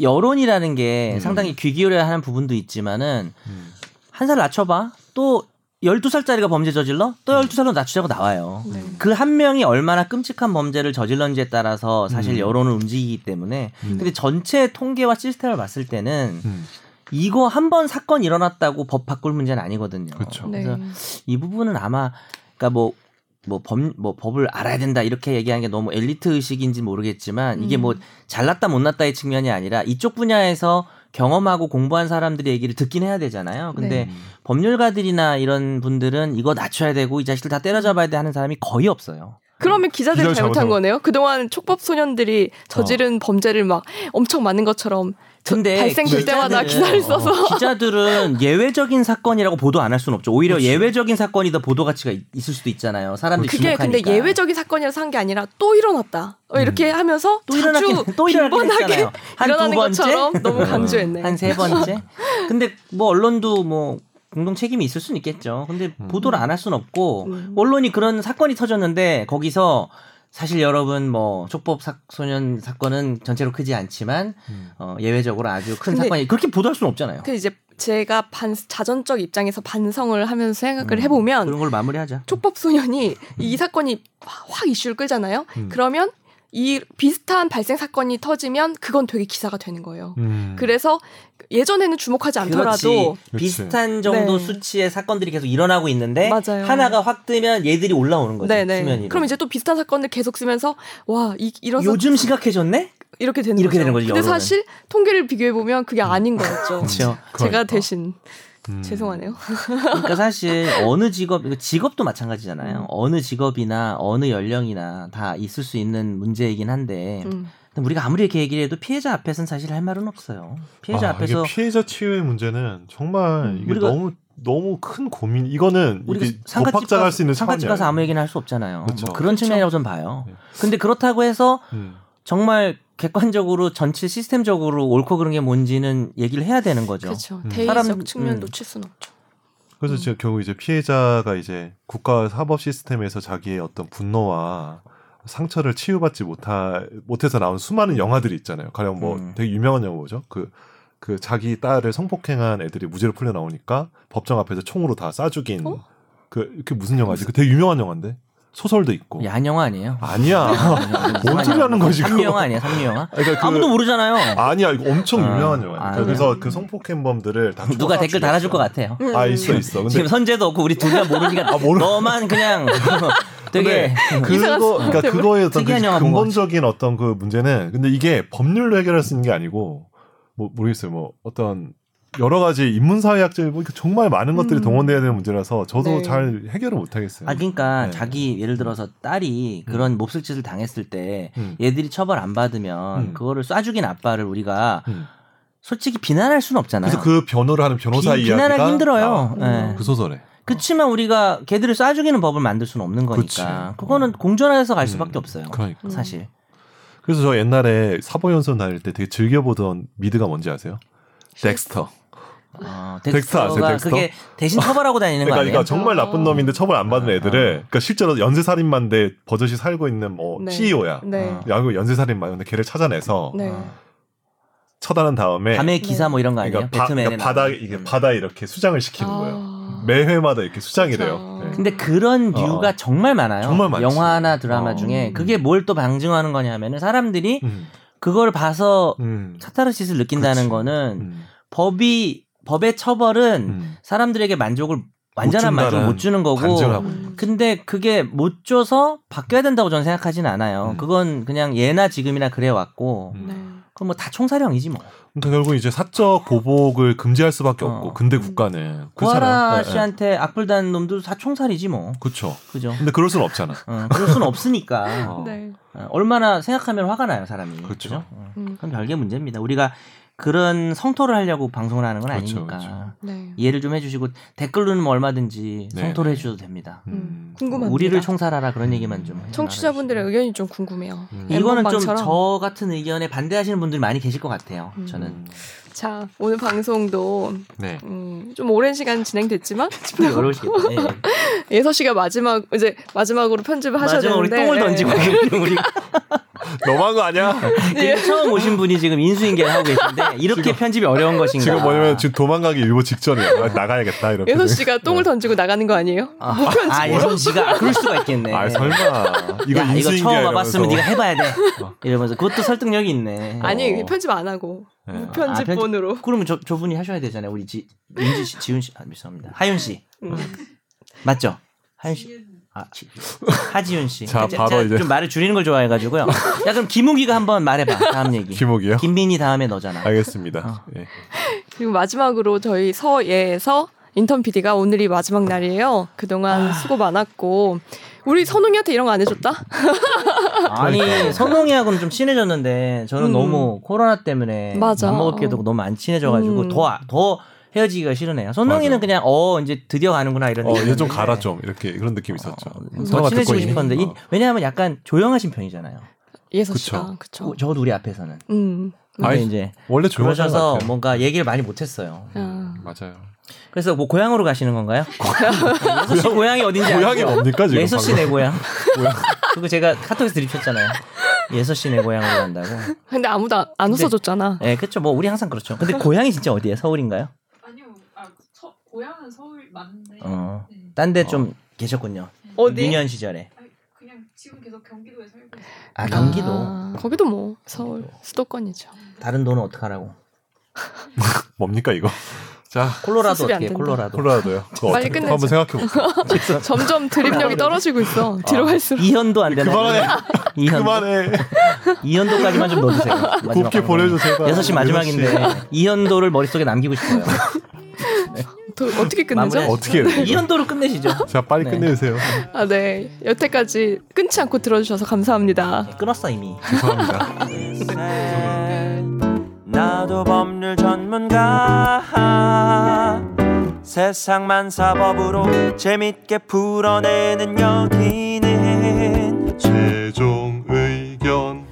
B: 여론이라는 게
C: 음.
B: 상당히 귀 기울여야 하는 부분도 있지만은
C: 음.
B: 한 살 낮춰봐 또 12살짜리가 범죄 저질러 또 12살로 낮추자고 나와요.
A: 네.
B: 그 한 명이 얼마나 끔찍한 범죄를 저질렀는지에 따라서 사실
C: 음.
B: 여론을 움직이기 때문에
C: 음.
B: 근데 전체 통계와 시스템을 봤을 때는
C: 음.
B: 이거 한 번 사건 일어났다고 법 바꿀 문제는 아니거든요.
C: 그렇죠.
A: 네.
B: 그래서 이 부분은 아마 그러니까 뭐 뭐법뭐 법을 알아야 된다 이렇게 얘기하는 게 너무 엘리트 의식인지 모르겠지만 이게
A: 음.
B: 뭐 잘났다 못났다의 측면이 아니라 이쪽 분야에서 경험하고 공부한 사람들의 얘기를 듣긴 해야 되잖아요.
A: 네.
B: 근데 법률가들이나 이런 분들은 이거 낮춰야 되고 이 자식들 다 때려잡아야 돼 하는 사람이 거의 없어요.
A: 그러면 기자들이
C: 기자를
A: 잘못한
C: 잘못한 어.
A: 거네요. 그동안 촉법 소년들이 저지른 범죄를 막 엄청 많은 것처럼 저-
B: 근데
A: 발생될 때마다
B: 기자들은-
A: 기사를 써서
B: 기자들은 예외적인 사건이라고 보도 안 할 수는 없죠. 오히려 예외적인 사건이 더 보도 가치가 있- 있을 수도 있잖아요. 사람들이
A: 그게
B: 음. 주목하니까. 음.
A: 근데 예외적인 사건이라서 한 게 아니라 또 일어났다. 어, 이렇게 하면서
B: 또
A: 자주
B: 일어나긴 또 일어나긴
A: 빈번하게
B: 했잖아요. 한 두
A: 일어나는
B: 번째 음.
A: 것처럼 너무 강조했네.
B: 한 세 번째. 근데 뭐 언론도 뭐 공동 책임이 있을 수는 있겠죠. 근데 보도를 안 할 수는 없고
A: 음.
B: 언론이 그런 사건이 터졌는데 거기서 사실 여러분 뭐 촉법 사- 소년 사건은 전체로 크지 않지만
C: 음.
B: 어, 예외적으로 아주 큰
A: 근데-
B: 사건이 그렇게 보도할 수는 없잖아요.
A: 그 이제 제가 반 자전적 입장에서 반성을 하면서 생각을
B: 음,
A: 해보면
B: 그런 걸 마무리하자.
A: 촉법 소년이 이 사건이 확- 확 이슈를 끌잖아요.
B: 음.
A: 그러면 이 비슷한 발생 사건이 터지면 그건 되게 기사가 되는 거예요.
C: 음.
A: 그래서 예전에는 주목하지 않더라도
B: 그렇지. 비슷한 정도
A: 네.
B: 수치의 사건들이 계속 일어나고 있는데
A: 맞아요.
B: 네? 하나가 확 뜨면 얘들이 올라오는 거죠. 수면이.
A: 네네. 그럼 이제 또 비슷한 사건을 계속 쓰면서 와 이, 이런 사-
B: 요즘 심각해졌네?
A: 이렇게 되는
B: 이렇게
A: 거죠.
B: 되는 음. 거지,
A: 근데
B: 여론은.
C: 음.
A: 사실 통계를 비교해 보면 그게 아닌 거였죠.
B: 그렇죠.
A: 제가
C: 그러니까.
A: 대신
C: 음.
A: 죄송하네요.
B: 그러니까 사실 어느 직업, 이거 직업도 마찬가지잖아요. 어느 직업이나 어느 연령이나 다 있을 수 있는 문제이긴
C: 네.
B: 한데
A: 음.
B: 근데 우리가 아무리 이렇게 얘기를 해도 피해자 앞에서는 사실 할 말은 없어요. 피해자
C: 아,
B: 앞에서 음.
C: 이게 피해자 치유의 문제는 정말 이게
B: 우리가-
C: 너무 너무 큰 고민. 이거는
B: 우리가
C: 이게
B: 상가집
C: 법학자가 할 수 있는
B: 상가집
C: 사안이
B: 가서 아무
C: 아니에요.
B: 얘기는 할 수 없잖아요.
C: 그쵸.
B: 뭐 그런 측면이라고 저는 봐요.
C: 네.
B: 근데 그렇다고 해서
C: 음.
B: 정말 객관적으로 전체 시스템적으로 옳고 그른 게 뭔지는 얘기를 해야 되는 거죠.
A: 그렇죠.
C: 음.
A: 대의적
B: 사람-
A: 측면
B: 음.
A: 놓칠 수는 없죠.
C: 그래서 지금 결국 이제 피해자가 이제 국가 사법 시스템에서 자기의 어떤 분노와 상처를 치유받지 못하, 못해서 나온 수많은 영화들이 있잖아요. 가령 뭐
B: 음.
C: 되게 유명한 영화 뭐죠? 그, 그 자기 딸을 성폭행한 애들이 무죄로 풀려 나오니까 법정 앞에서 총으로 다 쏴죽인
A: 어?
C: 그, 그 무슨 영화지? 그 되게 유명한 영화인데? 소설도 있고.
B: 뭐 야한영화 아니에요?
C: 아니야. 뭔 소리 하는 거지, 그거?
B: 삼미영화 아니에요? 삼미영화?
C: 그러니까 그-
B: 아무도 모르잖아요.
C: 아니야. 이거 엄청
B: 아,
C: 유명한 영화야.
B: 아니야.
C: 그러니까 그래서 그 성폭행범들을 다
B: 누가
C: 쏴
B: 댓글
C: 죽였어요.
B: 달아줄 것 같아요.
C: 아,
A: 음.
C: 있어, 있어. 근데 아,
B: 지금 선재도 없고 우리 둘 다 모르니까
C: 모르-
B: 너만 그냥 되게
A: 이상한
C: 그거 그러니까
A: 스포츠를
C: 그거의 어떤 그
B: 특이한 영화 본
C: 근본적인 어떤 그 문제는 근데 이게 법률로 해결할 수 있는 게 아니고 뭐 모르겠어요 뭐 어떤 여러 가지 인문사회학적 뭐 이렇게 정말 많은 것들이
A: 음.
C: 동원돼야 되는 문제라서 저도
A: 네.
C: 잘 해결을 못 하겠어요.
B: 아 그러니까
C: 네.
B: 자기 예를 들어서 딸이 그런 몹쓸 짓을 당했을 때
C: 음.
B: 얘들이 처벌 안 받으면
C: 음.
B: 그거를 쏴죽인 아빠를 우리가
C: 음.
B: 솔직히 비난할 수는 없잖아요.
C: 그래서 그 변호를 하는 변호사
B: 비,
C: 이야기가
B: 비난하기 힘들어요.
C: 나와.
B: 예.
A: 음.
C: 그 소설에
B: 그렇지만 우리가 걔들을 쏴죽이는 법을 만들 수는 없는 거니까
C: 그치.
B: 그거는 공존해서 갈 수밖에
C: 음.
B: 없어요.
C: 그러니까.
A: 음.
B: 사실
C: 그래서 저 옛날에 사보연수 다닐 때 되게 즐겨보던 미드가 뭔지 아세요? 덱스터.
B: 어,
C: 덱스터 아세요,
B: 덱스터가
C: 덱스터?
B: 그게 대신 처벌하고 다니는 거
C: 그러니까,
B: 아니에요? 아,
C: 그러니까 정말 나쁜 놈인데 처벌 안 받은 애들을 그러니까 실제로 연쇄살인마인데 버젓이 살고 있는 뭐
A: 네.
C: CEO야.
A: 네.
B: 어.
C: 야구 연쇄살인마 근데 걔를 아, 찾아내서
A: 네.
C: 처단한 다음에
B: 밤의 기사 뭐 이런 거 아니에요?
C: 그러니까 바,
B: 배트맨의
C: 그러니까 바다
B: 나무.
C: 이게
B: 음.
C: 바다에 이렇게 수장을 시키는
A: 아.
C: 거예요. 매 회마다 이렇게 수장이래요.
A: 그렇죠.
C: 네.
B: 근데 그런
C: 어.
B: 류가 정말 많아요.
C: 정말 많지.
B: 영화나 드라마
C: 어.
B: 중에 그게 뭘 또 방증하는 거냐면은 사람들이
C: 음,
B: 그걸 봐서
C: 음,
B: 카타르시스를 느낀다는
C: 그치.
B: 거는
C: 음,
B: 법이 법의 처벌은
C: 음.
B: 사람들에게 만족을 완전한
C: 준다는
B: 만족을 못 주는 거고
C: 간증하고
A: 음.
B: 근데 그게 못 줘서 바뀌어야 된다고 저는 생각하진 않아요.
C: 음.
B: 그건 그냥 예나 지금이나 그래 왔고
C: 음.
A: 네.
B: 그럼 뭐 다 총사령이지 뭐.
C: 그러니까 결국 이제 사적 보복을 금지할 수밖에 없고
B: 어.
C: 근대 국가는 그
B: 구하라
C: 사람- 네, 네.
B: 씨한테 악플 단 놈도 다 총살이지 뭐.
C: 그쵸.
B: 그죠?
C: 그렇죠. 근데 그럴 순 없잖아.
B: 어, 그럴 순 없으니까.
C: 어.
A: 네.
B: 어, 얼마나 생각하면 화가 나요 사람이.
C: 그렇죠.
B: 그죠? 어,
A: 음.
B: 그건 별개 문제입니다. 우리가 그런 성토를 하려고 방송을 하는 건
C: 그렇죠,
B: 아니니까
C: 그렇죠.
A: 네.
B: 이해를 좀 해주시고 댓글로는 뭐 얼마든지
C: 네.
B: 성토를 해주셔도 됩니다.
A: 음.
C: 음.
A: 궁금합니다.
B: 우리를 총살하라 그런 얘기만 좀. 해주시면
A: 청취자분들의 의견이 좀 궁금해요.
C: 음.
B: 이거는 좀
A: 엠번방처럼.
B: 저 같은 의견에 반대하시는 분들이 많이 계실 것 같아요.
A: 음.
B: 저는
A: 자, 오늘 방송도
C: 네.
A: 음, 좀 오랜 시간 진행됐지만
B: 어려우시겠다. 예.
A: 예서 씨가 마지막 이제 마지막으로 편집을
B: 마지막 우리
A: 하셨는데
B: 똥을 던지고
A: 네. 예.
B: 우리
C: 너무한 거 아니야?
B: 지금 음. 처음 오신 분이 지금 인수인계를 하고 계신데 이렇게 편집이 어려운 것인가?
C: 지금 뭐냐면 지금 도망가기 일보 직전이야. 나가야겠다 이렇게.
A: 예서 씨가
B: 네.
A: 똥을 던지고 나가는 거 아니에요?
B: 아, 아 예선 씨가 그럴 수가 있겠네.
C: 아 설마 이거
B: 야, 이거
C: 인수인계야
B: 처음 와봤으면
C: 이러면서. 어.
B: 네가 해봐야 돼. 이러면서 그것도 설득력이 있네. 어. 아,
A: 아니 편집 안 하고
C: 네.
A: 무편집본으로.
B: 그러면 저 저분이 하셔야 되잖아요. 우리 지 민지 씨, 지훈 씨, 아, 죄송합니다. 하윤 씨
A: 음.
B: 맞죠? 하윤 씨. 아, 지- 하지윤 씨.
C: 자,
B: 제가-
C: 바로
B: 제가
C: 이제.
B: 좀 말을 줄이는 걸 좋아해가지고요. 야, 그럼 김우기가 한번 말해봐. 다음 얘기. 어.
C: 김옥이요?
B: 김민희 다음에 너잖아.
C: 알겠습니다. 예.
A: 그리고 마지막으로 저희 서예에서 인턴 PD가 오늘이 마지막 날이에요. 그동안 수고 많았고 우리 선웅이한테 이런 거 안 해줬다?
C: 그러니까.
B: 아니 선홍이하고는 좀 친해졌는데 저는
A: 음.
B: 너무 코로나 때문에
A: 맞아.
B: 밥 먹을 기회도 없고 너무 안 친해져가지고
A: 음.
B: 더 더 헤어지기가 싫으네요. 선홍이는
C: 맞아요.
B: 그냥 어 이제 드디어 가는구나 이런.
C: 어, 얘 좀
B: 느낌이었는데.
C: 가라 좀 이렇게 그런 느낌 있었죠.
B: 더
C: 서로가 듣고
B: 그러니까. 아, 뭐 친해지고
C: 있는.
B: 싶었는데 이-
C: 어.
B: 왜냐하면 약간 조용하신 편이잖아요.
A: 예서
C: 그쵸.
A: 씨가 그쵸.
B: 저- 적어도 우리 앞에서는.
A: 음.
B: 근데
C: 아이,
B: 이제
C: 원래 조용하셔서
B: 네. 그러셔서 뭔가 얘기를 많이 못했어요.
A: 아.
C: 맞아요.
B: 그래서 뭐 고향으로 가시는 건가요? 고향. 씨 고향이 어딘지
C: 고향이
B: 아시죠?
C: 뭡니까 지금?
B: 예서 씨
C: 방금?
B: 네. 내 고향. 그거 제가 카톡에서 드립쳤잖아요. 예서 씨 내 고향으로 간다고.
A: 근데 아무도 안- 안
B: 근데-
A: 웃어줬잖아.
B: 예, 그렇죠. 뭐 우리 항상 그렇죠. 근데 고향이 진짜 어디예요? 서울인가요?
H: 아니요, 아, 서, 고향은 서울 맞는데
B: 어.
H: 네.
B: 딴 데 좀 계셨군요.
A: 어디?
B: 유년 시절에.
H: 아니, 그냥 지금 계속 경기도에 살고 있어요.
B: 아, 경기도.
A: 아, 거기도 뭐 서울 수도권이죠.
B: 다른 돈은 어떡하라고.
C: 뭡니까 이거? 자
B: 콜로라도
A: 수습이 안
B: 어떻게 해?
A: 된다.
B: 콜로라도.
C: 콜로라도요. 그거
A: 빨리
C: 어떻게
A: 끝내자.
C: 한번 생각해 볼게요.
A: 점점
B: 아.
A: 드립력이 떨어지고 있어. 뒤로 갈수록.
B: 이현도 안 되나?
C: 그만해.
B: 이현도.
C: 그만해.
B: 이현도까지만 좀 넣어주세요. 마지막
C: 곱게
B: 방송.
C: 보내주세요.
B: 여섯 시 마지막인데 이현도를 머릿속에 남기고 싶어요. 네.
A: 더 어떻게 끝내죠?
B: 마무리하시죠.
C: 어떻게 해요?
B: 이 연도로 끝내시죠.
C: 자 빨리
B: 네.
C: 끝내주세요.
A: 아, 네. 여태까지 끊지 않고 들어주셔서 감사합니다.
B: 예, 끊었어 이미.
C: 죄송합니다.
I: 네. 나도 법률 전문가 세상만 사법으로 재밌게 풀어내는 여기는
C: 최종 의견.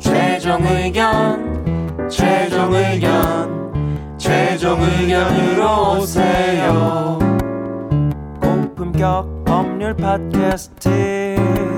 I: 최종 의견 최종 의견 최종 의견으로 오세요 고품격 법률 팟캐스트